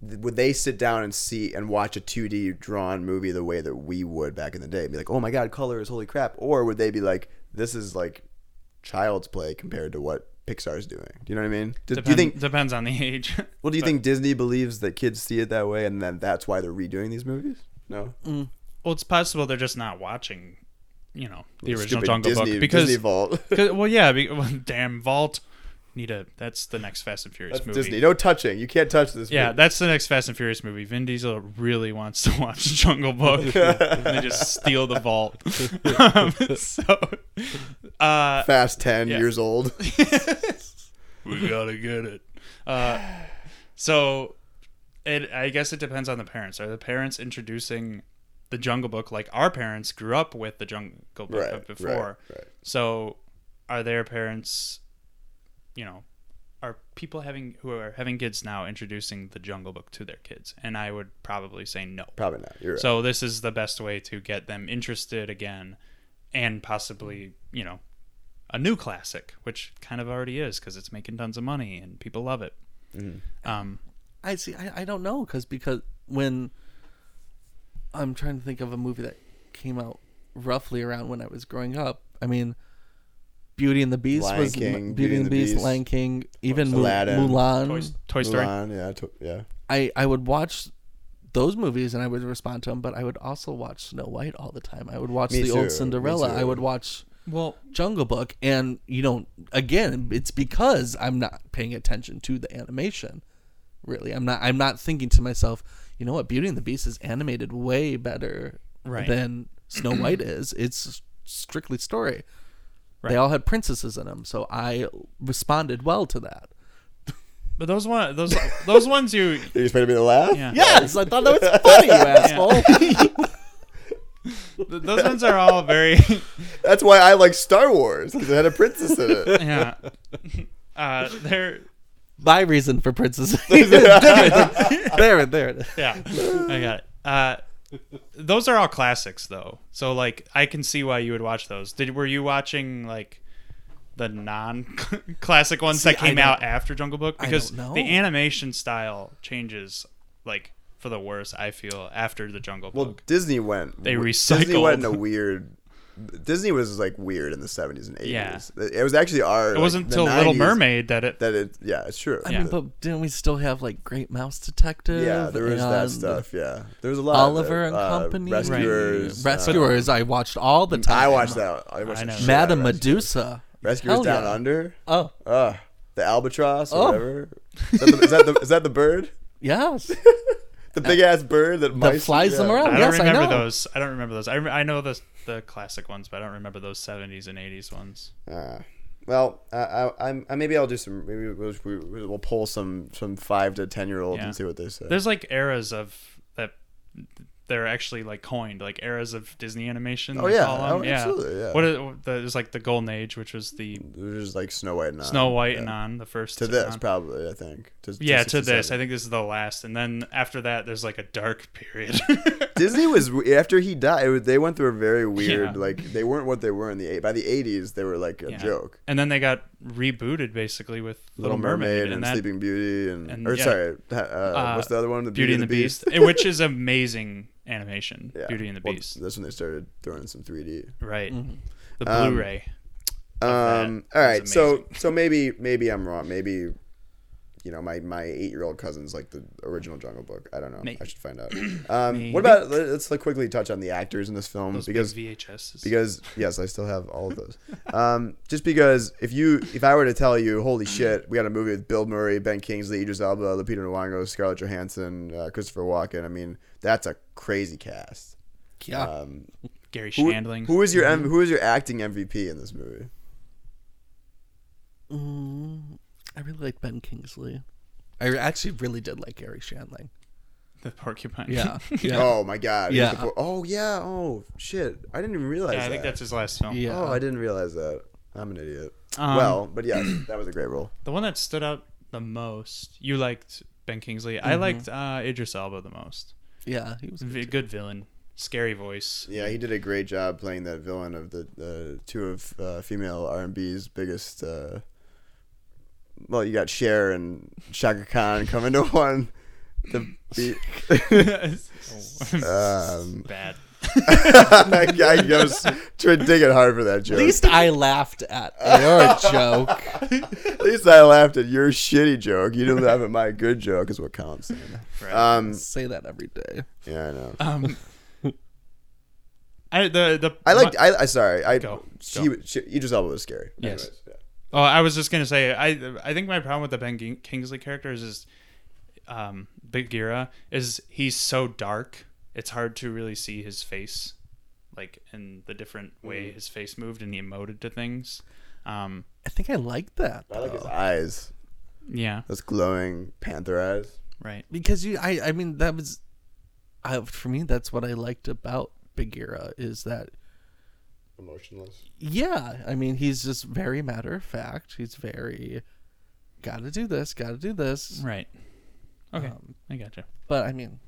Speaker 3: would they sit down and see and watch a 2D drawn movie the way that we would back in the day, and be like, oh my god, color is holy crap, or would they be like, this is like child's play compared to what Pixar's doing? Do you know what I mean? Do, do you
Speaker 2: Depend-
Speaker 3: think?
Speaker 2: depends on the age. (laughs)
Speaker 3: Well, do you think Disney believes that kids see it that way, and then that's why they're redoing these movies? No,
Speaker 2: well, it's possible they're just not watching, you know, the original
Speaker 3: Stupid
Speaker 2: Jungle
Speaker 3: Disney,
Speaker 2: Book (laughs) because
Speaker 3: Disney Vault.
Speaker 2: 'Cause- well, yeah, be, well, damn Vault. Need a that's the next Fast and Furious
Speaker 3: That's
Speaker 2: movie.
Speaker 3: Disney. No touching. You can't touch this.
Speaker 2: Yeah,
Speaker 3: movie.
Speaker 2: that's the next Fast and Furious movie. Vin Diesel really wants to (laughs) watch Jungle
Speaker 3: (laughs)
Speaker 2: Book and they just steal the vault. (laughs) um, so uh,
Speaker 3: Fast ten
Speaker 2: Yeah. (laughs)
Speaker 3: years old.
Speaker 2: we gotta get it. Uh, so it, I guess it depends on the parents. Are the parents introducing the Jungle Book like our parents grew up with the Jungle Book
Speaker 3: Right,
Speaker 2: of before?
Speaker 3: right, right.
Speaker 2: So are their parents, you know, are people having who are having kids now introducing the Jungle Book to their kids? And I would probably say no.
Speaker 3: Probably not. You're right.
Speaker 2: So this is the best way to get them interested again, and possibly you know, a new classic, which kind of already is because it's making tons of money and people love it. Um,
Speaker 4: I see. I, I don't know because because when I'm trying to think of a movie that came out roughly around when I was growing up. I mean, Beauty and the Beast
Speaker 3: Lion
Speaker 4: was
Speaker 3: King,
Speaker 4: Beauty and the Beast, Lion King, even Mu-
Speaker 3: Aladdin.
Speaker 4: Mulan.
Speaker 2: Toy, Toy Story.
Speaker 3: Mulan, yeah, to- yeah.
Speaker 4: I I would watch those movies and I would respond to them, but I would also watch Snow White all the time. I would watch
Speaker 3: Me
Speaker 4: the
Speaker 3: too, me
Speaker 4: old Cinderella. I
Speaker 3: too.
Speaker 4: would watch
Speaker 2: Well,
Speaker 4: Jungle Book, and you don't. Again, it's because I'm not paying attention to the animation. Really, I'm not. I'm not thinking to myself, you know what? Beauty and the Beast is animated way better
Speaker 2: Right. (clears throat)
Speaker 4: than Snow White is. It's strictly story. They all had princesses in them, so I responded well to that.
Speaker 2: but those one those those ones you
Speaker 3: You expected me to laugh?
Speaker 2: Yeah.
Speaker 4: Yes, I thought that was
Speaker 2: (laughs)
Speaker 4: funny, you asshole.
Speaker 2: th- those ones are all very
Speaker 3: (laughs)
Speaker 2: (laughs)
Speaker 3: That's
Speaker 2: (laughs)
Speaker 3: why I like Star Wars because it had a princess in it.
Speaker 2: yeah. Uh, they're
Speaker 4: my reason
Speaker 3: (laughs)
Speaker 4: for princess. (laughs) there, it- there. it is.
Speaker 2: Yeah, I got it. Uh, those are all classics, though. So like, I can see why you would watch those. Did were you watching like the non-classic ones that
Speaker 4: I
Speaker 2: came
Speaker 4: don't-
Speaker 2: out after Jungle Book? Because
Speaker 4: don't know.
Speaker 2: the animation style changes like for the worse. I feel after the Jungle
Speaker 3: Well,
Speaker 2: Book.
Speaker 3: Disney went.
Speaker 2: They
Speaker 3: Disney went in a
Speaker 2: recycled.
Speaker 3: weird. Disney was like weird in the seventies and
Speaker 2: Yeah.
Speaker 3: eighties. It was actually our.
Speaker 2: It wasn't
Speaker 3: until
Speaker 2: until Little Mermaid that it.
Speaker 3: that it. Yeah, it's true.
Speaker 4: I mean, but didn't we still have like Great Mouse Detective?
Speaker 3: yeah, there was that
Speaker 4: and um,
Speaker 3: stuff. Yeah, there was a lot.
Speaker 4: Oliver
Speaker 3: of,
Speaker 4: and
Speaker 3: it, uh,
Speaker 4: Company.
Speaker 3: Rescuers. uh,
Speaker 4: Rescuers. I watched all the time.
Speaker 3: I watched that. I watched
Speaker 2: I know.
Speaker 3: the shit out of
Speaker 4: Madame
Speaker 3: Rescuers.
Speaker 4: Medusa.
Speaker 3: Rescuers
Speaker 4: Hell
Speaker 3: Down
Speaker 4: yeah.
Speaker 3: Under.
Speaker 4: Oh
Speaker 3: Uh, the albatross or
Speaker 4: Oh.
Speaker 3: whatever. Is that the, is, that the, is that the bird? (laughs)
Speaker 4: yes,
Speaker 3: The big ass bird that, mice-
Speaker 4: flies them
Speaker 3: Oh,
Speaker 4: around.
Speaker 2: I don't
Speaker 4: Yes, I
Speaker 2: remember
Speaker 4: know.
Speaker 2: those. I don't remember those. I, rem- I know the the classic ones, but I don't remember those '70s and '80s ones.
Speaker 3: Uh, well, I, I, I'm- I, maybe I'll do some. Maybe we'll, we- we'll pull some some five to ten year olds
Speaker 2: Yeah.
Speaker 3: and see what they say.
Speaker 2: There's like eras of that they're actually like coined, like eras of Disney animation.
Speaker 3: Oh,
Speaker 2: they
Speaker 3: yeah.
Speaker 2: call 'em.
Speaker 3: Oh, absolutely, yeah.
Speaker 2: What are, the, there's like the Golden Age, which was the
Speaker 3: There's just like Snow White and on.
Speaker 2: Snow White
Speaker 3: Yeah.
Speaker 2: and on the first
Speaker 3: to this
Speaker 2: on.
Speaker 3: probably I think. To, to
Speaker 2: Yeah, to this.
Speaker 3: 67.
Speaker 2: I think this is the last, and then after that, there's like a dark
Speaker 3: (laughs)
Speaker 2: period.
Speaker 3: Disney was after he died. It was, they went through a very weird
Speaker 2: Yeah.
Speaker 3: like they weren't what they were in the eight. By the 80s, they were like a
Speaker 2: Yeah.
Speaker 3: joke.
Speaker 2: And then they got rebooted basically with Little, Mermaid,
Speaker 3: and,
Speaker 2: that
Speaker 3: Sleeping Beauty and,
Speaker 2: and
Speaker 3: or
Speaker 2: yeah.
Speaker 3: sorry, uh, what's the other one? The
Speaker 2: Beauty and the Beast, eh, which is amazing animation.
Speaker 3: (laughs) Yeah.
Speaker 2: Beauty and the
Speaker 3: Well,
Speaker 2: Beast,
Speaker 3: that's when they started throwing in some 3D.
Speaker 2: right? The
Speaker 3: Um,
Speaker 2: Blu-ray.
Speaker 3: Um,
Speaker 2: that
Speaker 3: all right,
Speaker 2: was
Speaker 3: so
Speaker 2: amazing.
Speaker 3: so maybe maybe I'm wrong. Maybe you know my my eight year old cousin's like the original Jungle Book. I don't know.
Speaker 2: Maybe.
Speaker 3: I
Speaker 2: (clears throat)
Speaker 3: should find out. Um, what about let- let's like quickly touch on the actors in this film
Speaker 2: Those
Speaker 3: because
Speaker 2: big VHSs.
Speaker 3: because yes, I still have all of those. Um, just because if you if I were to tell you, holy shit, we got a movie with Bill Murray, Ben Kingsley, Idris Elba, Lupita Nyong'o, Scarlett Johansson, uh, Christopher Walken. I mean, that's a crazy cast.
Speaker 4: yeah.
Speaker 3: Um,
Speaker 2: Gary
Speaker 3: who,
Speaker 2: Shandling.
Speaker 3: who is your M- who is your acting MVP in this movie?
Speaker 4: Mm, I really like Ben Kingsley. I actually really did like Gary Shandling.
Speaker 2: the porcupine?
Speaker 4: (laughs) Yeah, yeah,
Speaker 3: Oh my god. He's
Speaker 4: Yeah.
Speaker 3: the po- Oh yeah. Oh shit. I didn't even
Speaker 2: (laughs)
Speaker 3: realize.
Speaker 2: Yeah, I
Speaker 3: that.
Speaker 2: think that's his last film.
Speaker 4: yeah.
Speaker 3: Oh, I didn't realize that. I'm an idiot.
Speaker 2: Um,
Speaker 3: well, but yes, that was a great role.
Speaker 2: The one that stood out the most. You liked Ben Kingsley. I
Speaker 3: Mm-hmm.
Speaker 2: liked uh, Idris Elba the most.
Speaker 4: yeah. He was
Speaker 2: V- good villain. Scary
Speaker 3: (laughs)
Speaker 2: voice. (laughs)
Speaker 3: Yeah, he did a great job playing that villain of the the two of uh, female R&B's biggest. Uh, well, you got Cher and Shaka Khan coming to (laughs) one. The beat. Um, (laughs)
Speaker 2: Bad.
Speaker 3: I, I was trying to dig it hard for that joke.
Speaker 4: At least I laughed at
Speaker 3: (laughs)
Speaker 4: your joke.
Speaker 3: At least I laughed at your shitty joke. You didn't laugh at my good joke, is what counts. Um,
Speaker 4: Say that every day.
Speaker 3: yeah, I know.
Speaker 2: Um, I the the
Speaker 4: Um,
Speaker 3: I liked. I, I sorry. I
Speaker 2: Go,
Speaker 3: she,
Speaker 2: go.
Speaker 3: she Idris Elba was scary.
Speaker 2: Yes.
Speaker 3: Anyways, yeah.
Speaker 2: Oh, I was just gonna say, I I think my problem with the Ben Ging- Kingsley character is, is um, Bagheera is he's so dark, it's hard to really see his face, like in the different
Speaker 3: Mm-hmm.
Speaker 2: way his face moved and he emoted to things. Um,
Speaker 4: I think I like that
Speaker 3: I like his
Speaker 4: though.
Speaker 3: eyes.
Speaker 2: yeah,
Speaker 3: Those glowing panther eyes.
Speaker 2: right.
Speaker 4: because you. I. I mean, that was. I, for me, that's what I liked about Bagheera is that.
Speaker 3: Emotionless.
Speaker 4: Yeah, I mean, he's just very matter of fact. He's very. Got to do this. Got to do this.
Speaker 2: Right. Okay,
Speaker 3: Um,
Speaker 2: I gotcha.
Speaker 4: But I mean,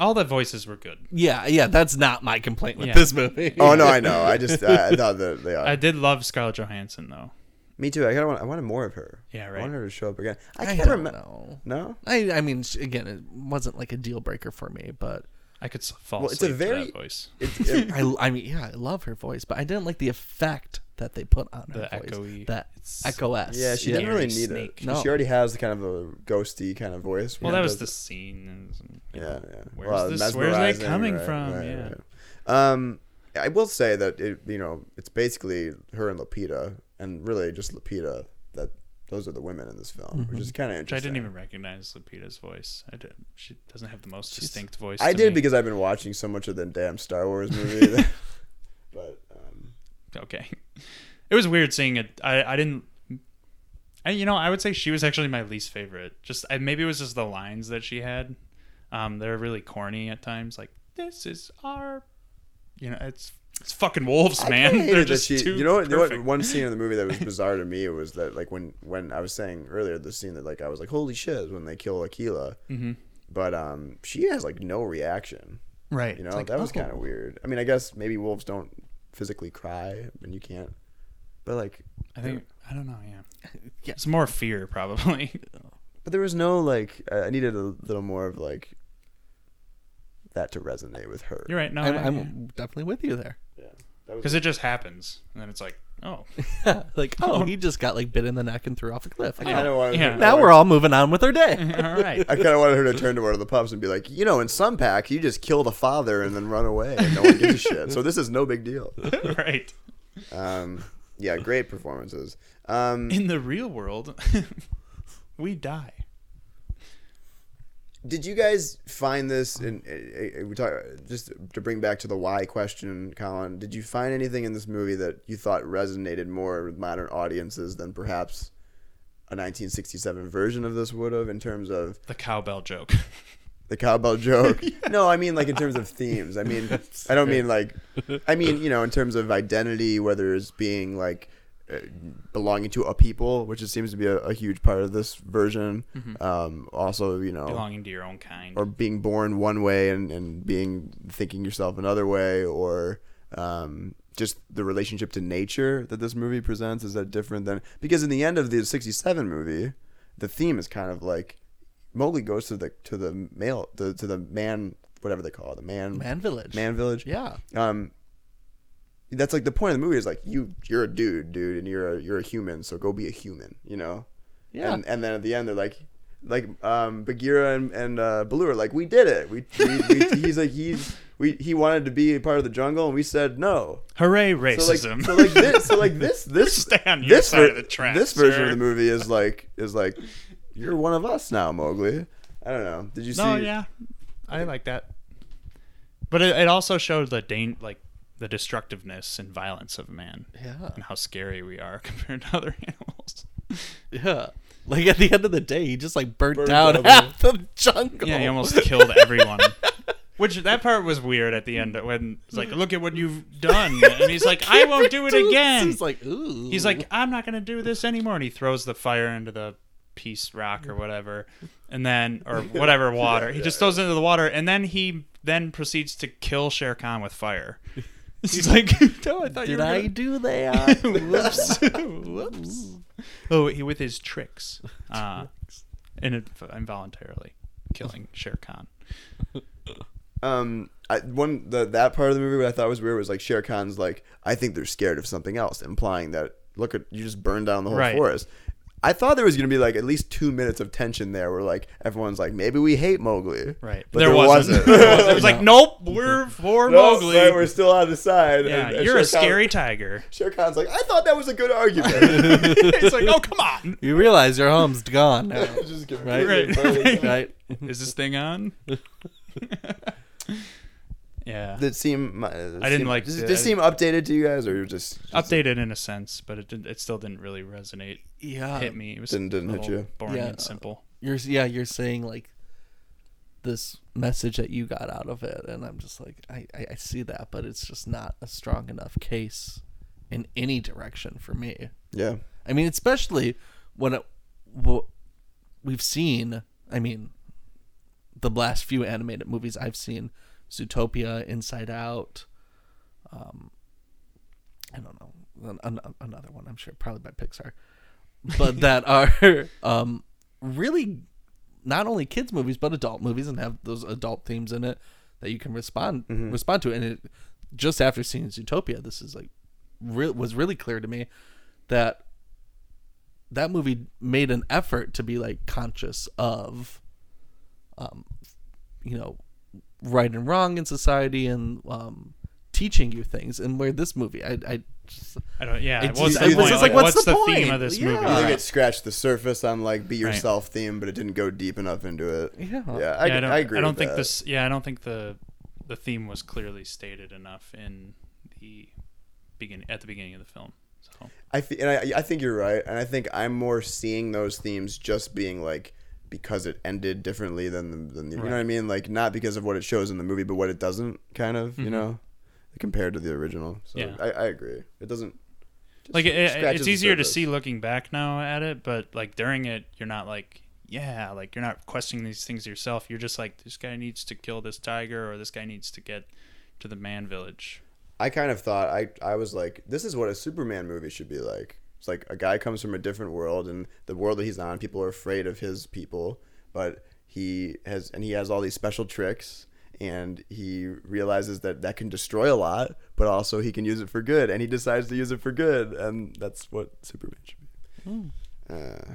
Speaker 2: All the voices were good.
Speaker 4: yeah, yeah. That's not my complaint with
Speaker 2: Yeah.
Speaker 4: this movie.
Speaker 2: (laughs)
Speaker 3: Oh no, I know. I just I, I thought that they are.
Speaker 2: I did love Scarlett Johansson though.
Speaker 3: Me too. I kind of want. I wanted more of her.
Speaker 2: Yeah,
Speaker 3: I
Speaker 2: right.
Speaker 3: wanted her to show up again. I
Speaker 4: I
Speaker 3: can't
Speaker 4: don't
Speaker 3: remember.
Speaker 4: know.
Speaker 3: No.
Speaker 4: I, I mean, sh- again, it wasn't like a deal breaker for me, but
Speaker 2: I could s- fall
Speaker 3: Well, it's a
Speaker 2: asleep to
Speaker 3: very-
Speaker 2: that voice. (laughs)
Speaker 3: It's it,
Speaker 4: I, I mean, yeah, I love her voice, but I didn't like the effect that they put on her
Speaker 2: The
Speaker 4: voice.
Speaker 2: echoey-
Speaker 4: that echo s.
Speaker 3: yeah, she didn't
Speaker 2: Scary
Speaker 3: really need
Speaker 2: snake.
Speaker 3: it.
Speaker 4: No.
Speaker 3: She already has the kind of a ghosty kind of voice.
Speaker 2: Well, that was the
Speaker 3: does-
Speaker 2: scene. and-
Speaker 3: Yeah, yeah.
Speaker 2: Where's
Speaker 3: Well,
Speaker 2: this? Where's that
Speaker 3: mesmerizing,
Speaker 2: coming
Speaker 3: right,
Speaker 2: from?
Speaker 3: right,
Speaker 2: yeah.
Speaker 3: right. Um, I will say that it, you know, it's basically her and Lupita, and really just Lupita. That those are the women in this film, which is
Speaker 4: Mm-hmm.
Speaker 3: kind of
Speaker 2: Which I
Speaker 3: interesting.
Speaker 2: didn't even recognize Lupita's voice. I did. She doesn't have the most distinct voice.
Speaker 3: I
Speaker 2: to
Speaker 3: did
Speaker 2: me.
Speaker 3: because I've been watching so much of the damn
Speaker 2: (laughs)
Speaker 3: Star Wars movie. that- (laughs) but um,
Speaker 2: okay, (laughs) it was weird seeing it. I I didn't. I, you know, I would say she was actually my least favorite. Just I, maybe it was just the lines that she had. Um, they're really corny at times. Like this is our, you know, it's It's fucking wolves,
Speaker 3: I
Speaker 2: man.
Speaker 3: hated
Speaker 2: (laughs) They're
Speaker 3: that
Speaker 2: just
Speaker 3: she-
Speaker 2: too
Speaker 3: you know what? You know what?
Speaker 2: perfect.
Speaker 3: One scene in the movie that
Speaker 2: (laughs)
Speaker 3: was bizarre to me was that like when when I was saying earlier the scene that like I was like holy shit is when they kill Akila, mm-hmm. but um she has like no reaction.
Speaker 2: Right.
Speaker 3: You know
Speaker 2: It's like,
Speaker 3: that was
Speaker 2: oh.
Speaker 3: kind of weird. I mean, I guess maybe wolves don't physically cry and you can't, but like
Speaker 2: I think I don't know. Yeah. It's more fear probably. (laughs)
Speaker 3: but there was no like I I needed a little more of like that to resonate with her.
Speaker 2: You're right. No,
Speaker 4: I'm, I'm definitely with
Speaker 2: (laughs)
Speaker 4: you there.
Speaker 2: because it just happens, and then it's like,
Speaker 3: (laughs)
Speaker 2: oh,
Speaker 4: like, oh, he just got like bit in the neck and threw off a cliff.
Speaker 3: I kind of wanted
Speaker 2: Yeah.
Speaker 3: her,
Speaker 4: Now we're all moving on with our day.
Speaker 2: all right.
Speaker 3: I kind of wanted her to turn to one of the pups and be like, you know, in some pack, you just kill the father and then run away. And no one gives a shit. So this is no big deal.
Speaker 2: (laughs) right.
Speaker 3: Um, yeah, great performances. Um,
Speaker 2: In the real world, (laughs) we die.
Speaker 3: did you guys find this? And uh, uh, we talk just to bring back to the why question, Colin. Did you find anything in this movie that you thought resonated more with modern audiences than perhaps a 1967 version of this would have in terms of
Speaker 2: The cowbell joke. (laughs)
Speaker 3: the cowbell joke. No, I mean like in terms of themes. I mean, I don't mean like, I mean you know in terms of identity, whether it's being like uh, belonging to a people, which it seems to be a, a huge part of this version. Um, also, you know,
Speaker 2: Belonging to your own kind.
Speaker 3: or being born one way and, and being thinking yourself another way, or um, just the relationship to nature that this movie presents is that different than because in the end of the '67 movie, the theme is kind of like Mowgli goes to the to the male the, to the man whatever they call it the man
Speaker 4: Man Village.
Speaker 3: man village
Speaker 4: Yeah.
Speaker 3: um that's like the point of the movie is like you you're a dude dude and you're a you're a human so go be a human you know
Speaker 4: Yeah.
Speaker 3: and, and then at the end they're like like um Bagheera and, and uh Baloo are like we did it we, we,
Speaker 2: (laughs)
Speaker 3: we he's like he's we he wanted to be a part of the jungle and we said no
Speaker 2: Hooray,
Speaker 3: so like
Speaker 2: racism.
Speaker 3: so like this so like this this
Speaker 2: Stay on your
Speaker 3: this
Speaker 2: side of the track,
Speaker 3: this version
Speaker 2: sir.
Speaker 3: of the movie is like is like you're one of us now Mowgli I don't know did you
Speaker 2: (laughs) no,
Speaker 3: see
Speaker 2: yeah, I like that. But it, it also showed the dan- like the destructiveness and violence of man.
Speaker 4: Yeah.
Speaker 2: And how scary we are (laughs) compared to other
Speaker 3: (laughs)
Speaker 2: animals.
Speaker 4: Yeah. Like at the end of the day, he just like burnt,
Speaker 3: Burnt
Speaker 4: down
Speaker 3: down.
Speaker 4: half the jungle.
Speaker 2: Yeah, he
Speaker 3: Oh.
Speaker 2: almost killed
Speaker 3: (laughs)
Speaker 2: everyone. Which that part was weird at the end when it's like, look at what you've done, and he's
Speaker 3: (laughs)
Speaker 2: like,
Speaker 4: (laughs)
Speaker 2: I won't do it again.
Speaker 4: He's like, ooh.
Speaker 2: He's like, I'm not gonna do this anymore, and he throws the fire into the peace rock or whatever, and then or whatever water. he just throws it into the water, and then he then proceeds to kill Shere Khan with fire. He's like, (laughs) no, I thought you
Speaker 4: did
Speaker 2: were
Speaker 4: I
Speaker 2: gonna-
Speaker 4: (laughs) do that?
Speaker 2: Whoops, (laughs) whoops. Oh, he with his tricks, uh, and it, involuntarily killing Shere Khan.
Speaker 3: um I, one the, that part of the movie what I thought was weird was like Shere Khan's like I think they're scared of something else, implying that look at you just burned down the whole
Speaker 2: Right.
Speaker 3: forest. I thought there was gonna be like at least two minutes of tension there, where like everyone's like maybe we hate Mowgli,
Speaker 2: Right.
Speaker 3: But
Speaker 2: there,
Speaker 3: there,
Speaker 2: wasn't.
Speaker 3: wasn't.
Speaker 2: (laughs)
Speaker 3: (laughs)
Speaker 2: There wasn't. It was like, nope, we're for
Speaker 3: No,
Speaker 2: Mowgly.
Speaker 3: right, we're still on the side.
Speaker 2: yeah,
Speaker 3: and- and
Speaker 2: you're a
Speaker 3: Shere Khan-
Speaker 2: scary
Speaker 3: (laughs)
Speaker 2: tiger.
Speaker 3: Shere Khan's like I thought that was a
Speaker 2: (laughs)
Speaker 3: good argument. (laughs)
Speaker 2: it's like, oh, come on.
Speaker 4: you realize your home's gone now,
Speaker 3: Just give-
Speaker 4: right?
Speaker 2: (laughs) Right.
Speaker 4: Right.
Speaker 2: Is this thing
Speaker 3: (laughs)
Speaker 2: on? (laughs) yeah.
Speaker 3: That seem I
Speaker 2: didn't like
Speaker 3: Does
Speaker 2: the-
Speaker 3: this seem updated to you guys, or you're just, just
Speaker 2: Updated in a sense, but it didn't, it still didn't really resonate.
Speaker 4: Yeah.
Speaker 2: Hit me. It was
Speaker 3: Didn't- didn't hit
Speaker 2: little
Speaker 3: you.
Speaker 2: Boring
Speaker 4: Uh, Yeah.
Speaker 2: and simple.
Speaker 4: You're yeah, you're saying like this message that you got out of it, and I'm just like, I, I, I see that, but it's just not a strong enough case in any direction for me.
Speaker 3: yeah?
Speaker 4: I mean, especially when it, wh- we've seen, I mean, the last few animated movies I've seen, Zootopia, Inside Out, um, I don't know, an, an- another one I'm sure, probably by Pixar, but that are um, really not only kids movies but adult movies and have those adult themes in it that you can respond respond to. And it just after seeing Zootopia, this is like re- was really clear to me that that movie made an effort to be like conscious of um, you know right and wrong in society and um teaching you things and where this movie i i just,
Speaker 2: I don't. Yeah.
Speaker 4: It's
Speaker 2: what's
Speaker 4: just-
Speaker 2: the
Speaker 4: it's
Speaker 2: point?
Speaker 4: just
Speaker 2: Like, what's, the, theme
Speaker 4: point?
Speaker 2: of this
Speaker 4: Yeah.
Speaker 2: movie?
Speaker 3: I
Speaker 4: You
Speaker 2: Right.
Speaker 3: think it scratched the surface on like be yourself theme, but it didn't go deep enough into it.
Speaker 4: Yeah.
Speaker 3: yeah, I,
Speaker 2: yeah, I don't,
Speaker 3: I agree.
Speaker 2: I don't
Speaker 3: with
Speaker 2: think
Speaker 3: that.
Speaker 2: this. Yeah, I don't think the the theme was clearly stated enough in the begin at the beginning of the film. So
Speaker 3: I th- and I, I think you're right, and I think I'm more seeing those themes just being like because it ended differently than the, than the, you know what I mean, like not because of what it shows in the movie, but what it doesn't, kind of, you know. compared to the original. So
Speaker 2: Mm-hmm. Yeah.
Speaker 3: I, I agree. It doesn't
Speaker 2: like it, it-
Speaker 3: scratches
Speaker 2: it's
Speaker 3: the
Speaker 2: easier to
Speaker 3: surface.
Speaker 2: see looking back now at it but like during it you're not like yeah like you're not questioning these things yourself you're just like this guy needs to kill this tiger or this guy needs to get to the man village
Speaker 3: I kind of thought I I was like, this is what a Superman movie should be like. It's like a guy comes from a different world, and the world that he's on, people are afraid of his people, but he has and he has all these special tricks, and he realizes that that can destroy a lot, but also he can use it for good, and he decides to use it for good, and that's what Superman should be. Uh,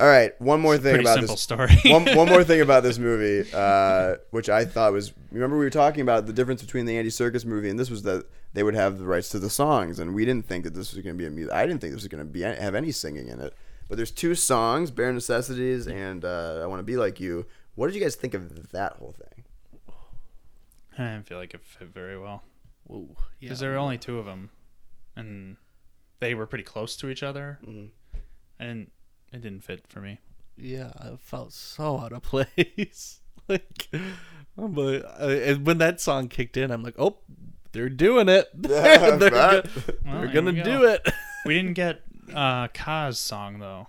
Speaker 3: all right, one more thing
Speaker 2: pretty
Speaker 3: about
Speaker 2: simple
Speaker 3: this
Speaker 2: story.
Speaker 3: (laughs) one, one more thing
Speaker 2: (laughs)
Speaker 3: about this movie, uh, which I thought was remember we were talking about the difference between the Andy Circus movie and this was that they would have the rights to the songs, and we didn't think that this was going to be a music. I didn't think this was going to be have any singing in it. But there's two songs, "Bare Necessities" and uh, "I Want to Be Like You." What did you guys think of that whole thing?
Speaker 2: i didn't feel like it fit very well
Speaker 4: Whoa. Yeah.
Speaker 2: because there were only two of them and they were pretty close to each other
Speaker 3: Mm-hmm.
Speaker 2: and it didn't fit for me
Speaker 4: Yeah, I felt so out of (laughs) place. like, I'm like, I- and when that song kicked in, I'm like, oh, they're doing it. (laughs) they're go-
Speaker 3: right.
Speaker 2: Well,
Speaker 4: they're
Speaker 2: there
Speaker 4: gonna
Speaker 2: you go.
Speaker 4: do it. (laughs)
Speaker 2: we didn't get uh Kaz song though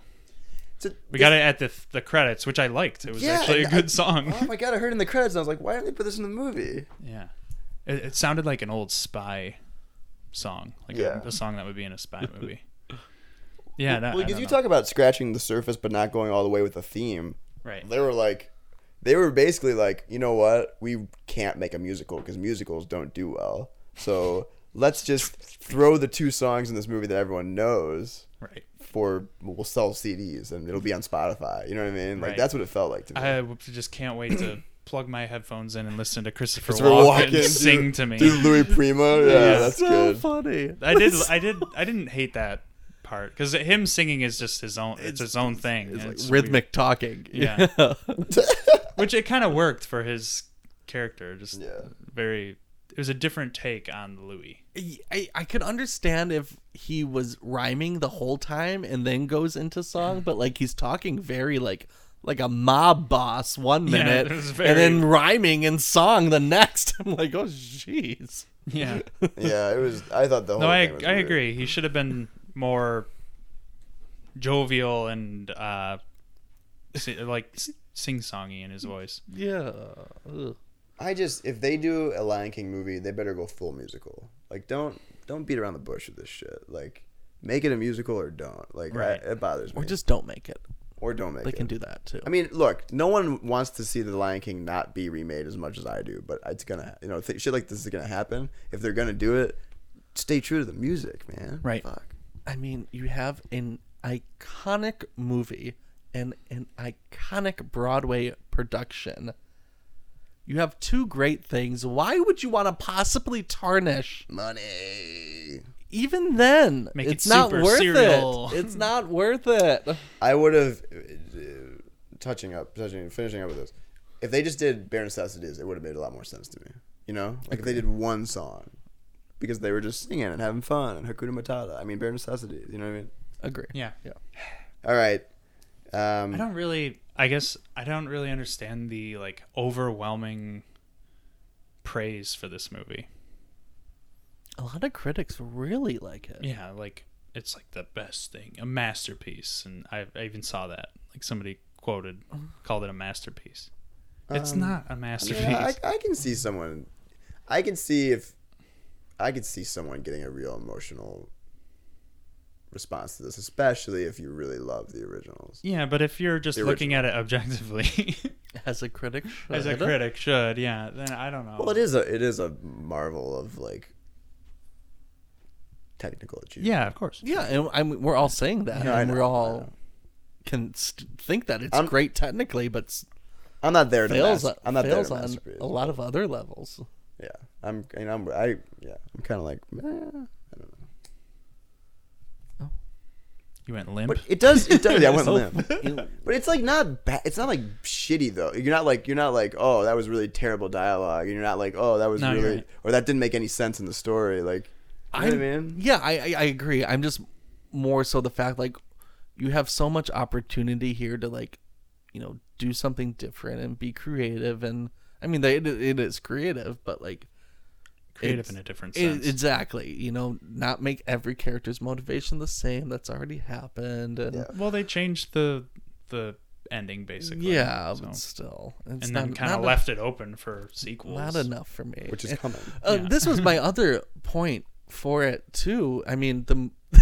Speaker 3: It's a-
Speaker 2: we got it at the the credits which i liked it was
Speaker 3: Yeah,
Speaker 2: actually a
Speaker 3: and I-
Speaker 2: good
Speaker 3: (laughs)
Speaker 2: song
Speaker 3: Oh my god! I heard in the credits, and I was like, "Why didn't they put this in the movie?"
Speaker 2: Yeah. It, it sounded like an old spy song, like
Speaker 3: Yeah.
Speaker 2: a, a song that would be in a
Speaker 3: (laughs)
Speaker 2: spy movie. Yeah, no,
Speaker 3: Well,
Speaker 2: I
Speaker 3: because
Speaker 2: don't
Speaker 3: you
Speaker 2: know.
Speaker 3: talk about scratching the surface but not going all the way with the theme,
Speaker 2: right.
Speaker 3: they were like they were basically like you know what we can't make a musical because musicals don't do well so (laughs) let's just throw the two songs in this movie that everyone knows
Speaker 2: Right.
Speaker 3: for we'll sell cds and it'll be on spotify you know what i mean like
Speaker 2: Right.
Speaker 3: that's what it felt like to me
Speaker 2: I w- just can't wait to (clears throat) plug my headphones in and listen to Christopher,
Speaker 3: Christopher
Speaker 2: Walken,
Speaker 3: Walken,
Speaker 2: sing
Speaker 3: dude.
Speaker 2: to me.
Speaker 3: dude louis
Speaker 2: (laughs)
Speaker 3: primo yeah, that's
Speaker 4: so
Speaker 3: good
Speaker 4: funny.
Speaker 2: I did. I did. I didn't hate that part because him singing is just his own. It's, his own thing.
Speaker 4: It's like
Speaker 2: weird.
Speaker 4: rhythmic talking.
Speaker 2: Yeah. (laughs)
Speaker 4: (laughs)
Speaker 2: which it kind of worked for his character. Just
Speaker 3: Yeah.
Speaker 2: very. It was a different take on Louis.
Speaker 4: I, I could understand if he was rhyming the whole time and then goes into song, but like he's talking very like like a mob boss one
Speaker 2: Yeah,
Speaker 4: minute
Speaker 2: it was
Speaker 4: and then
Speaker 2: very-
Speaker 4: rhyming in song the next. (laughs) I'm like, oh jeez.
Speaker 2: (laughs) Yeah.
Speaker 3: yeah it was i thought the whole
Speaker 2: No, I,
Speaker 3: thing was
Speaker 2: I
Speaker 3: weird.
Speaker 2: agree. He should have been more jovial and uh, si- like sing songy in his voice.
Speaker 4: Yeah. Ugh.
Speaker 3: I just if they do a Lion King movie, they better go full musical. Like don't don't beat around the bush with this shit. Like make it a musical or don't. Like I-
Speaker 2: Right.
Speaker 3: it bothers me.
Speaker 4: Or just don't make it.
Speaker 3: or don't make
Speaker 4: They
Speaker 3: it.
Speaker 4: can do that too.
Speaker 3: I mean, look, no one wants to see the Lion King not be remade as much as I do, but it's gonna you know th- shit like this is gonna happen. If they're gonna do it, stay true to the music, man.
Speaker 4: Right.
Speaker 3: Fuck.
Speaker 4: I mean, you have an iconic movie and an iconic Broadway production. You have two great things. Why would you want to possibly tarnish?
Speaker 3: Money.
Speaker 4: Even then,
Speaker 2: Make
Speaker 4: it's
Speaker 2: it
Speaker 4: not
Speaker 2: super
Speaker 4: worth
Speaker 2: serial.
Speaker 4: it. It's not
Speaker 2: (laughs)
Speaker 4: worth it.
Speaker 3: I would have uh, touching up, touching, finishing up with this. If they just did bare necessities, it would have made a lot more sense to me. You know, like if they did one song, because they were just singing and having fun and Hakuna Matata. I mean, bare necessities. You know what I mean?
Speaker 4: Agree.
Speaker 2: Yeah.
Speaker 3: All right.
Speaker 2: I
Speaker 3: Um,
Speaker 2: don't really. I guess I don't really understand the like overwhelming praise for this movie.
Speaker 4: A lot of critics really like it.
Speaker 2: Yeah, like it's like the best thing, a masterpiece, and I, I even saw that. Like somebody quoted, called it a masterpiece. It's
Speaker 4: Um,
Speaker 2: not a masterpiece.
Speaker 3: yeah, I, I can see someone. I can see if I could see someone getting a real emotional response to this, especially if you really love the originals.
Speaker 2: Yeah, but if you're just
Speaker 3: The
Speaker 2: looking at it objectively, (laughs)
Speaker 4: As a critic,
Speaker 2: as a
Speaker 4: should.
Speaker 2: critic should, yeah, then I don't know.
Speaker 3: Well, it is a it is a marvel of like technical achievement.
Speaker 2: Yeah, of course.
Speaker 4: Yeah, and I mean, we're all saying that,
Speaker 3: I
Speaker 4: and
Speaker 3: know,
Speaker 4: we're
Speaker 3: I
Speaker 4: all can st- think that it's
Speaker 3: I'm-
Speaker 4: great technically, but s-
Speaker 3: I'm not there to
Speaker 4: fails.
Speaker 3: mas- I'm not
Speaker 4: fails
Speaker 3: there to
Speaker 4: on
Speaker 3: masterpiece.
Speaker 4: a lot of other levels.
Speaker 3: Yeah, I'm and I'm I yeah I'm kind of like eh, I don't know.
Speaker 2: You went limp.
Speaker 3: But it does (laughs) it does yeah I went
Speaker 4: So-
Speaker 3: limp. But it's like not bad. It's not like shitty though. You're not like you're not like oh that was really terrible dialogue. You're not like oh that was
Speaker 2: No, you're
Speaker 3: really
Speaker 2: right.
Speaker 3: or that didn't make any sense in the story. Like you know what I
Speaker 4: I'm-
Speaker 3: mean
Speaker 4: Yeah, I, I I agree. I'm just more so the fact like you have so much opportunity here to like you know do something different and be creative and I mean they, it, it is creative, but like
Speaker 2: creative
Speaker 4: It's-
Speaker 2: in a different
Speaker 4: I-
Speaker 2: sense.
Speaker 4: exactly. You know, not make every character's motivation the same. That's already happened. And yeah,
Speaker 2: well, they changed the the ending basically. so-
Speaker 4: but still, it's
Speaker 2: and
Speaker 4: not,
Speaker 2: then kind of
Speaker 4: not a-
Speaker 2: left it open for sequels.
Speaker 4: not enough for me.
Speaker 3: which is
Speaker 4: And-
Speaker 3: common.
Speaker 4: Uh, This was my other point for it too. I mean, the (laughs)